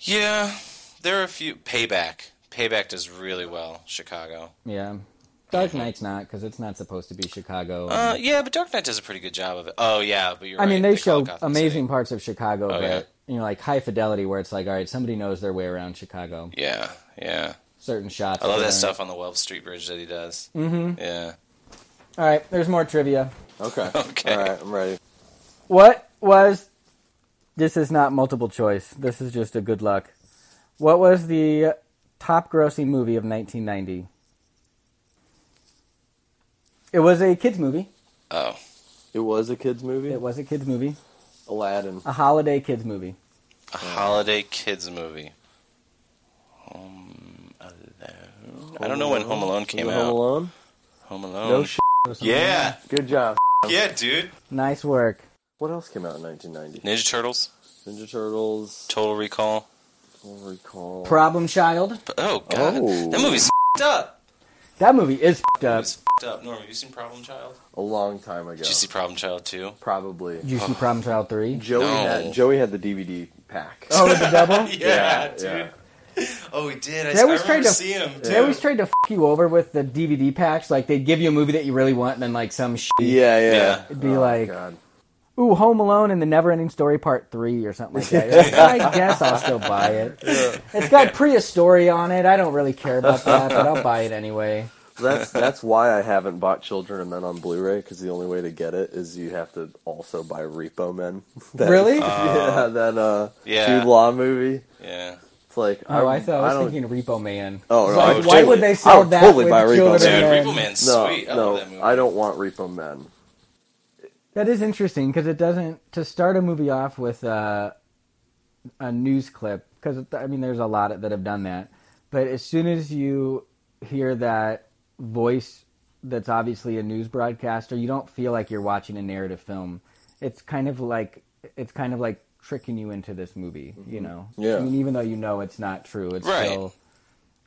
[SPEAKER 3] Yeah. There are a few. Payback. Payback does really well. Chicago.
[SPEAKER 1] yeah. Dark Knight's not because it's not supposed to be Chicago.
[SPEAKER 3] Uh, yeah, but Dark Knight does a pretty good job of it. Oh yeah, but you're.
[SPEAKER 1] I
[SPEAKER 3] right.
[SPEAKER 1] mean, they,
[SPEAKER 3] call
[SPEAKER 1] show
[SPEAKER 3] it Gotham Oh,
[SPEAKER 1] amazing parts of Chicago, but
[SPEAKER 3] yeah.
[SPEAKER 1] you know, like high fidelity, where it's like, all right, somebody knows their way around Chicago.
[SPEAKER 3] City. Yeah, yeah.
[SPEAKER 1] Certain shots.
[SPEAKER 3] I love
[SPEAKER 1] are-
[SPEAKER 3] that stuff on the Weld Street Bridge that he does. Mm-hmm. Yeah.
[SPEAKER 1] All right, there's more trivia.
[SPEAKER 2] Okay.
[SPEAKER 3] Okay.
[SPEAKER 2] All right, I'm ready.
[SPEAKER 1] What was? This is not multiple choice. This is just a good luck. What was the top grossing movie of 1990? It was a kids movie.
[SPEAKER 3] Oh,
[SPEAKER 2] It was a kids movie.
[SPEAKER 1] It was a kids movie.
[SPEAKER 2] Aladdin.
[SPEAKER 1] A holiday kids movie.
[SPEAKER 3] a holiday kids movie. Home Alone. I don't know when Home Alone came
[SPEAKER 2] Was it
[SPEAKER 3] out.
[SPEAKER 2] Home Alone.
[SPEAKER 3] Home Alone.
[SPEAKER 2] No shit.
[SPEAKER 3] yeah,
[SPEAKER 2] Good job.
[SPEAKER 3] yeah, dude.
[SPEAKER 1] Nice work.
[SPEAKER 2] What else came out in 1990?
[SPEAKER 3] Ninja Turtles,
[SPEAKER 2] Ninja Turtles.
[SPEAKER 3] Total Recall.
[SPEAKER 2] Total Recall.
[SPEAKER 1] Problem Child.
[SPEAKER 3] Oh god,
[SPEAKER 2] Oh.
[SPEAKER 3] that movie's f***ed up.
[SPEAKER 1] That movie is f***ed up.
[SPEAKER 3] It's f***ed up. Norm, have you seen Problem Child?
[SPEAKER 2] a long time ago.
[SPEAKER 3] Did you see Problem Child too?
[SPEAKER 2] Probably.
[SPEAKER 1] Did you see Problem Child three?
[SPEAKER 2] Joey
[SPEAKER 3] No.
[SPEAKER 2] had Joey had the DVD pack.
[SPEAKER 1] Oh, with the double.
[SPEAKER 2] Yeah, yeah.
[SPEAKER 3] Oh, he did. I,
[SPEAKER 1] They
[SPEAKER 3] I
[SPEAKER 1] always
[SPEAKER 3] remember
[SPEAKER 1] tried to-
[SPEAKER 3] seeing him too.
[SPEAKER 1] They always tried to f you over with the DVD packs. Like they'd give you a movie that you really want, and then like some sh-
[SPEAKER 2] Yeah, yeah.
[SPEAKER 3] Yeah.
[SPEAKER 1] it'd be
[SPEAKER 2] Oh,
[SPEAKER 1] like,
[SPEAKER 2] God.
[SPEAKER 1] "Ooh, Home Alone and the Never Ending Story Part 3 or something like that." You're like, I guess I'll still buy it. It's got Prehistory on it. I don't really care about that, but I'll buy it anyway.
[SPEAKER 2] that's that's why I haven't bought Children of Men on Blu-ray because the only way to get it is you have to also buy Repo Men. That-
[SPEAKER 1] Really?
[SPEAKER 2] yeah, that uh,
[SPEAKER 3] Oh. yeah.
[SPEAKER 2] Jude Law movie.
[SPEAKER 3] yeah.
[SPEAKER 2] It's like
[SPEAKER 1] Oh, I thought I was
[SPEAKER 2] don't-
[SPEAKER 1] thinking Repo Man.
[SPEAKER 2] Oh no!
[SPEAKER 1] Like,
[SPEAKER 2] I would
[SPEAKER 1] why
[SPEAKER 2] totally-
[SPEAKER 1] would they sell
[SPEAKER 2] I would
[SPEAKER 1] that
[SPEAKER 2] Totally
[SPEAKER 1] with
[SPEAKER 2] buy Repo
[SPEAKER 1] Children of
[SPEAKER 3] Dude,
[SPEAKER 2] Men.
[SPEAKER 1] Men?
[SPEAKER 3] Repo Man's
[SPEAKER 2] No,
[SPEAKER 3] sweet. I
[SPEAKER 2] no,
[SPEAKER 3] love that movie.
[SPEAKER 2] I don't want Repo Men.
[SPEAKER 1] That is interesting because it doesn't to start a movie off with uh, a news clip because I mean there's a lot that have done that, but as soon as you hear that voice that's obviously a news broadcaster, you don't feel like you're watching a narrative film. It's kind of like it's kind of like tricking you into this movie, you know.
[SPEAKER 2] Mm-hmm. Yeah.
[SPEAKER 1] I mean, even though you know it's not true, it's
[SPEAKER 3] Right.
[SPEAKER 1] still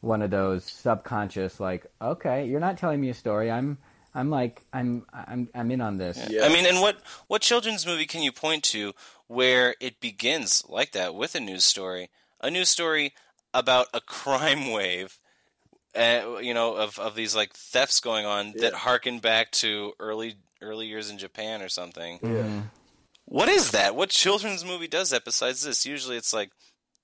[SPEAKER 1] one of those subconscious like, okay, you're not telling me a story. I'm I'm like I'm I'm I'm in on this.
[SPEAKER 2] Yeah.
[SPEAKER 3] I mean, and what what children's movie can you point to where it begins like that with a news story, a news story about a crime wave, uh, you know, of of these like thefts going on that harken back to early early years in Japan or something. What is that? What children's movie does that besides this? Usually, it's like.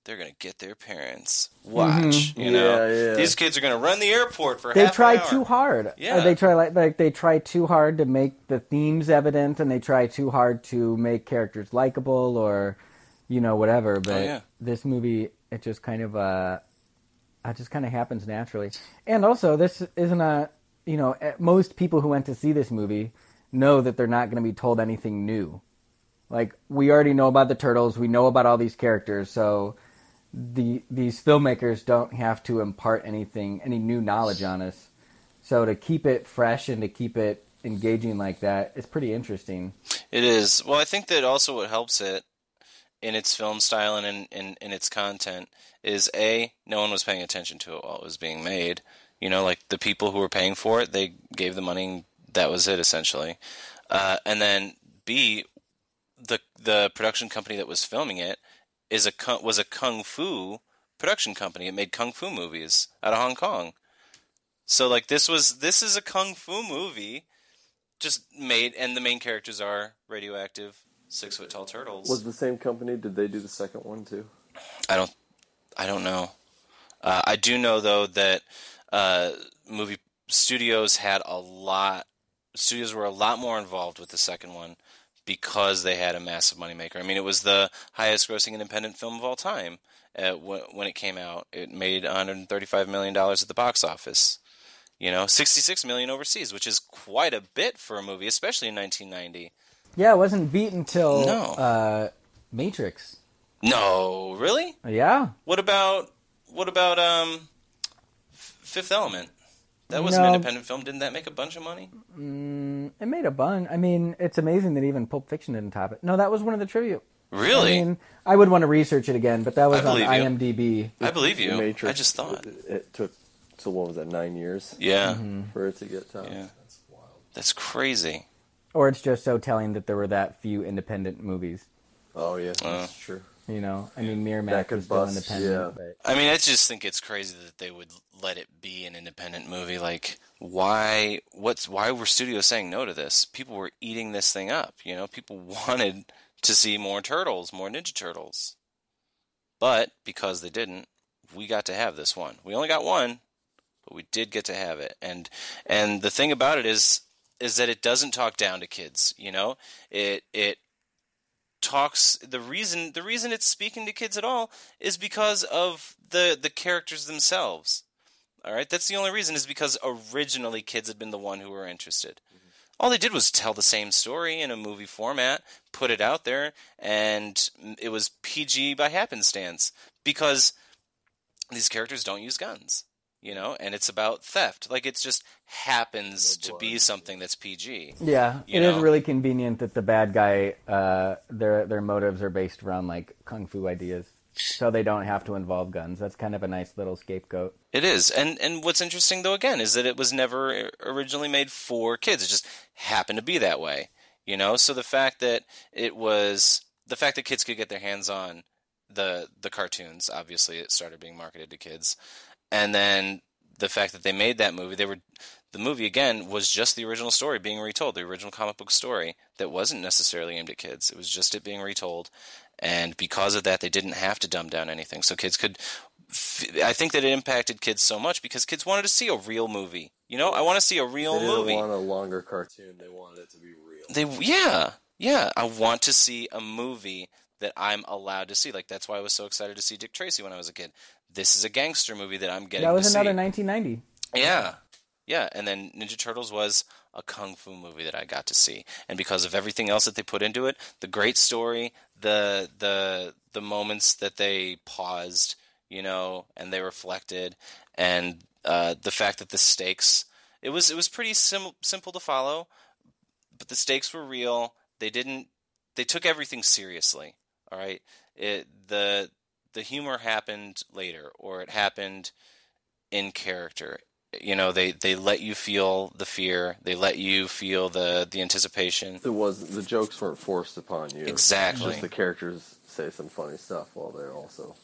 [SPEAKER 3] They're gonna get their parents. Watch, you know,
[SPEAKER 2] Yeah, yeah.
[SPEAKER 3] these kids are gonna run the airport for.
[SPEAKER 1] Mm-hmm. they
[SPEAKER 3] half an
[SPEAKER 1] try
[SPEAKER 3] hour.
[SPEAKER 1] too hard.
[SPEAKER 3] Yeah.
[SPEAKER 1] Uh, they try like, like they try too hard to make the themes evident, and they try too hard to make characters likable or, you know, whatever. But
[SPEAKER 3] yeah.
[SPEAKER 1] this movie, it just kind of uh, it just kind of happens naturally. And also, this isn't a you know, eh, most people who went to see this movie know that they're not going to be told anything new. Like we already know about the turtles, we know about all these characters, so the these filmmakers don't have to impart anything, any new knowledge on us. So to keep it fresh and to keep it engaging like that is pretty interesting.
[SPEAKER 3] It is. Well, I think that also what helps it in its film style and in, in, in its content is A, no one was paying attention to it while it was being made. You know, like the people who were paying for it, they gave the money. and That was it, essentially. Uh, and then B, the the production company that was filming it is a cu- was a kung fu production company. It made kung fu movies out of Hong Kong. So like this was this is a kung fu movie just made, and the main characters are radioactive six foot tall turtles.
[SPEAKER 2] Was the same company? Did they do the second one too?
[SPEAKER 3] I don't, I don't know. Uh, I do know though that uh, movie studios had a lot. Studios were a lot more involved with the second one because they had a massive moneymaker. I mean, it was the highest grossing independent film of all time uh, wh- when it came out. It made 135 million dollars at the box office. You know, 66 million overseas, which is quite a bit for a movie, especially in 1990.
[SPEAKER 1] Yeah, it wasn't beat until
[SPEAKER 3] No.
[SPEAKER 1] uh, Matrix.
[SPEAKER 3] No, really?
[SPEAKER 1] Yeah,
[SPEAKER 3] What about what about um, F- Fifth Element? That was an
[SPEAKER 1] No.
[SPEAKER 3] independent film. Didn't that make a bunch of money?
[SPEAKER 1] it made a bun. I mean, it's amazing that even Pulp Fiction didn't top it. No, that was one of the trivia.
[SPEAKER 3] Really?
[SPEAKER 1] I mean, I would want to research it again, but that was
[SPEAKER 3] I
[SPEAKER 1] on
[SPEAKER 3] believe you.
[SPEAKER 1] IMDb.
[SPEAKER 3] I believe you.
[SPEAKER 2] Matrix,
[SPEAKER 3] I just thought.
[SPEAKER 2] it, it took. So what was that? Nine years
[SPEAKER 3] Yeah,
[SPEAKER 1] Mm-hmm.
[SPEAKER 2] for it to get top.
[SPEAKER 3] Yeah. that's crazy.
[SPEAKER 1] Or it's just so telling that there were that few independent movies.
[SPEAKER 2] Oh yeah,
[SPEAKER 3] Uh,
[SPEAKER 2] that's true.
[SPEAKER 1] You know, I mean, Miramax
[SPEAKER 2] That could
[SPEAKER 1] was still
[SPEAKER 2] bust,
[SPEAKER 1] independent.
[SPEAKER 2] yeah.
[SPEAKER 1] But
[SPEAKER 3] I mean, I just think it's crazy that they would let it be an independent movie. Like, why? What's why were studios saying no to this? People were eating this thing up. You know, people wanted to see more turtles, more Ninja Turtles, but because they didn't, we got to have this one. We only got one, but we did get to have it. And and the thing about it is is that it doesn't talk down to kids. You know, it it talks the reason the reason it's speaking to kids at all is because of the the characters themselves all right that's the only reason is because originally kids had been the one who were interested all they did was tell the same story in a movie format put it out there and it was pg by happenstance because these characters don't use guns you know and it's about theft like it just happens to be something that's pg
[SPEAKER 1] yeah,
[SPEAKER 3] You
[SPEAKER 1] it is
[SPEAKER 3] know.
[SPEAKER 1] really convenient that the bad guy, uh, their their motives are based around like kung fu ideas, so they don't have to involve guns. That's kind of a nice little scapegoat.
[SPEAKER 3] It is, and and what's interesting though again is that it was never originally made for kids. It just happened to be that way, you know. So the fact that it was the fact that kids could get their hands on the the cartoons, obviously it started being marketed to kids, and then the fact that they made that movie, they were the movie again was just the original story being retold, the original comic book story that wasn't necessarily aimed at kids. It was just it being retold, and because of that, they didn't have to dumb down anything, so kids could I think that it impacted kids so much because kids wanted to see a real movie. You know, I want to see a real
[SPEAKER 2] They didn't
[SPEAKER 3] movie.
[SPEAKER 2] want a longer cartoon. They wanted it to be real.
[SPEAKER 3] They yeah, yeah, I want to see a movie that I'm allowed to see. Like that's why I was so excited to see Dick Tracy when I was a kid. This is a gangster movie that I'm getting
[SPEAKER 1] That was
[SPEAKER 3] to
[SPEAKER 1] another
[SPEAKER 3] see.
[SPEAKER 1] 1990.
[SPEAKER 3] Yeah. Yeah, and then Ninja Turtles was a kung fu movie that I got to see. And because of everything else that they put into it, the great story, the the the moments that they paused, you know, and they reflected and uh, the fact that the stakes it was it was pretty sim- simple to follow, but the stakes were real. They didn't they took everything seriously. All right? It the the humor happened later or it happened in character. You know, they they let you feel the fear. They let you feel the the anticipation.
[SPEAKER 2] It was the jokes weren't forced upon you.
[SPEAKER 3] Exactly.
[SPEAKER 2] Just the characters say some funny stuff while they're also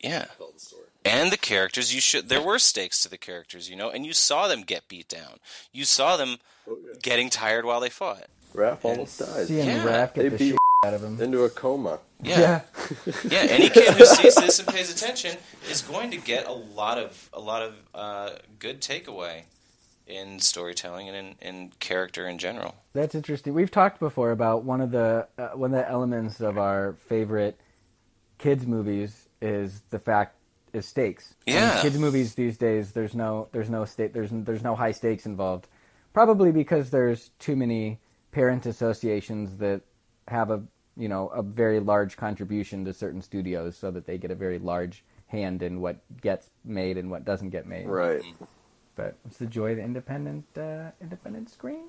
[SPEAKER 3] Yeah.
[SPEAKER 2] telling the story.
[SPEAKER 3] and the characters you should there were stakes to the characters you know and you saw them get beat down you saw them
[SPEAKER 2] Oh,
[SPEAKER 3] getting tired while they fought
[SPEAKER 2] Raph almost dies
[SPEAKER 1] Seeing
[SPEAKER 3] Yeah,
[SPEAKER 1] Raph
[SPEAKER 2] they
[SPEAKER 1] get the
[SPEAKER 2] beat
[SPEAKER 1] shit out of him.
[SPEAKER 2] into a coma.
[SPEAKER 3] yeah yeah, any kid who sees this and pays attention is going to get a lot of a lot of uh, good takeaway in storytelling and in, in character in general
[SPEAKER 1] That's interesting. We've talked before about one of the uh, one of the elements of our favorite kids movies is the fact is stakes.
[SPEAKER 3] Yeah.
[SPEAKER 1] In kids movies these days there's no there's no state there's there's no high stakes involved. Probably because there's too many parent associations that have a you know a very large contribution to certain studios so that they get a very large hand in what gets made and what doesn't get made.
[SPEAKER 2] Right.
[SPEAKER 1] But it's the joy of the independent uh, independent screen.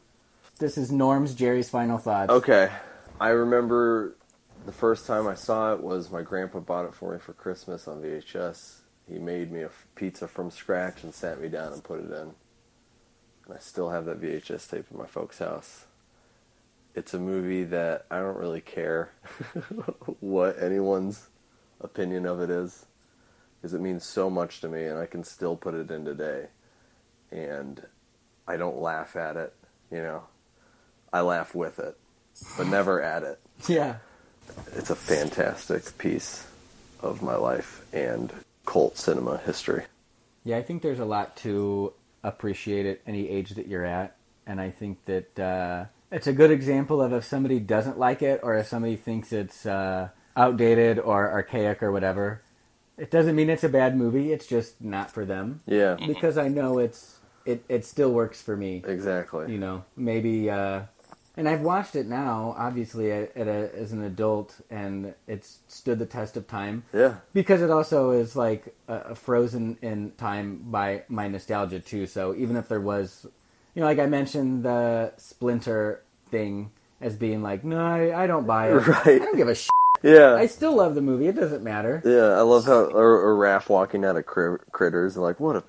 [SPEAKER 1] This is Norm's Jerry's final thoughts.
[SPEAKER 2] Okay. I remember the first time I saw it was my grandpa bought it for me for Christmas on VHS. He made me a f- pizza from scratch and sat me down and put it in. And I still have that VHS tape in my folks' house. It's a movie that I don't really care what anyone's opinion of it is, because it means so much to me, and I can still put it in today. And I don't laugh at it, you know. I laugh with it, but never at it.
[SPEAKER 1] Yeah.
[SPEAKER 2] It's a fantastic piece of my life and cult cinema history.
[SPEAKER 1] Yeah, I think there's a lot to appreciate at any age that you're at, and I think that uh, it's a good example of if somebody doesn't like it or if somebody thinks it's uh, outdated or archaic or whatever. It doesn't mean it's a bad movie. It's just not for them
[SPEAKER 2] Yeah,
[SPEAKER 1] because I know it's it it still works for me.
[SPEAKER 2] exactly.
[SPEAKER 1] You know, maybe. Uh, and I've watched it now, obviously, at at a, as an adult, and it's stood the test of time
[SPEAKER 2] Yeah,
[SPEAKER 1] because it also is like uh, uh, frozen in time by my nostalgia too. So even if there was, you know, like I mentioned the Splinter thing as being like, no, I, I don't buy it.
[SPEAKER 2] Right.
[SPEAKER 1] I don't give a shit. I
[SPEAKER 2] yeah,
[SPEAKER 1] still love the movie. It doesn't matter.
[SPEAKER 2] yeah. I love how or, or Raph walking out of cri- critters and like what a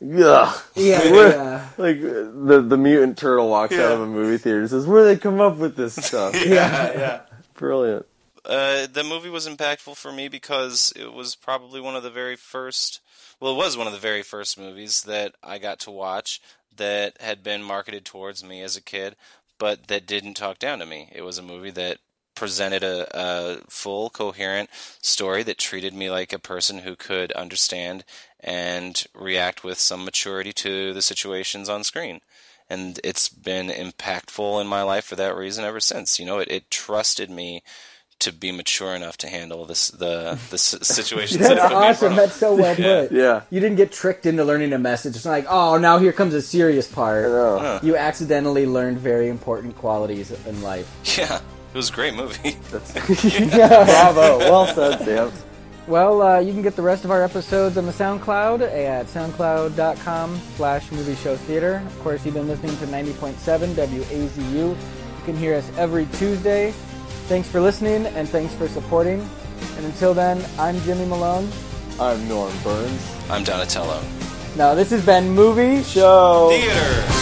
[SPEAKER 2] yeah.
[SPEAKER 1] Yeah, yeah,
[SPEAKER 2] Like the the mutant turtle walks out of a movie theater and says, "Where they come up with this stuff?"
[SPEAKER 1] yeah.
[SPEAKER 2] Brilliant.
[SPEAKER 3] Uh, the movie was impactful for me because it was probably one of the very first. Well, it was one of the very first movies that I got to watch that had been marketed towards me as a kid, but that didn't talk down to me. It was a movie that presented a, a full, coherent story that treated me like a person who could understand and react with some maturity to the situations on screen and it's been impactful in my life for that reason ever since. You know, it, it trusted me to be mature enough to handle this the the s- situations that
[SPEAKER 1] That's
[SPEAKER 3] it put me in
[SPEAKER 1] awesome.
[SPEAKER 3] front of.
[SPEAKER 1] That's so well put.
[SPEAKER 2] Yeah.
[SPEAKER 1] You didn't get tricked into learning a message. It's not like, oh, now here comes a serious part. You accidentally learned very important qualities in life.
[SPEAKER 3] Yeah, it was a great movie.
[SPEAKER 2] Bravo. Well said, Sam.
[SPEAKER 1] Well, uh, you can get the rest of our episodes on the SoundCloud at soundcloud.com slash movie show theater. Of course, you've been listening to 90.7 WAZU. You can hear us every Tuesday. Thanks for listening and thanks for supporting. And until then, I'm Jimmy Malone.
[SPEAKER 2] I'm Norm Burns.
[SPEAKER 3] I'm Donatello.
[SPEAKER 1] Now, this has been Movie
[SPEAKER 2] Show.
[SPEAKER 3] Theater.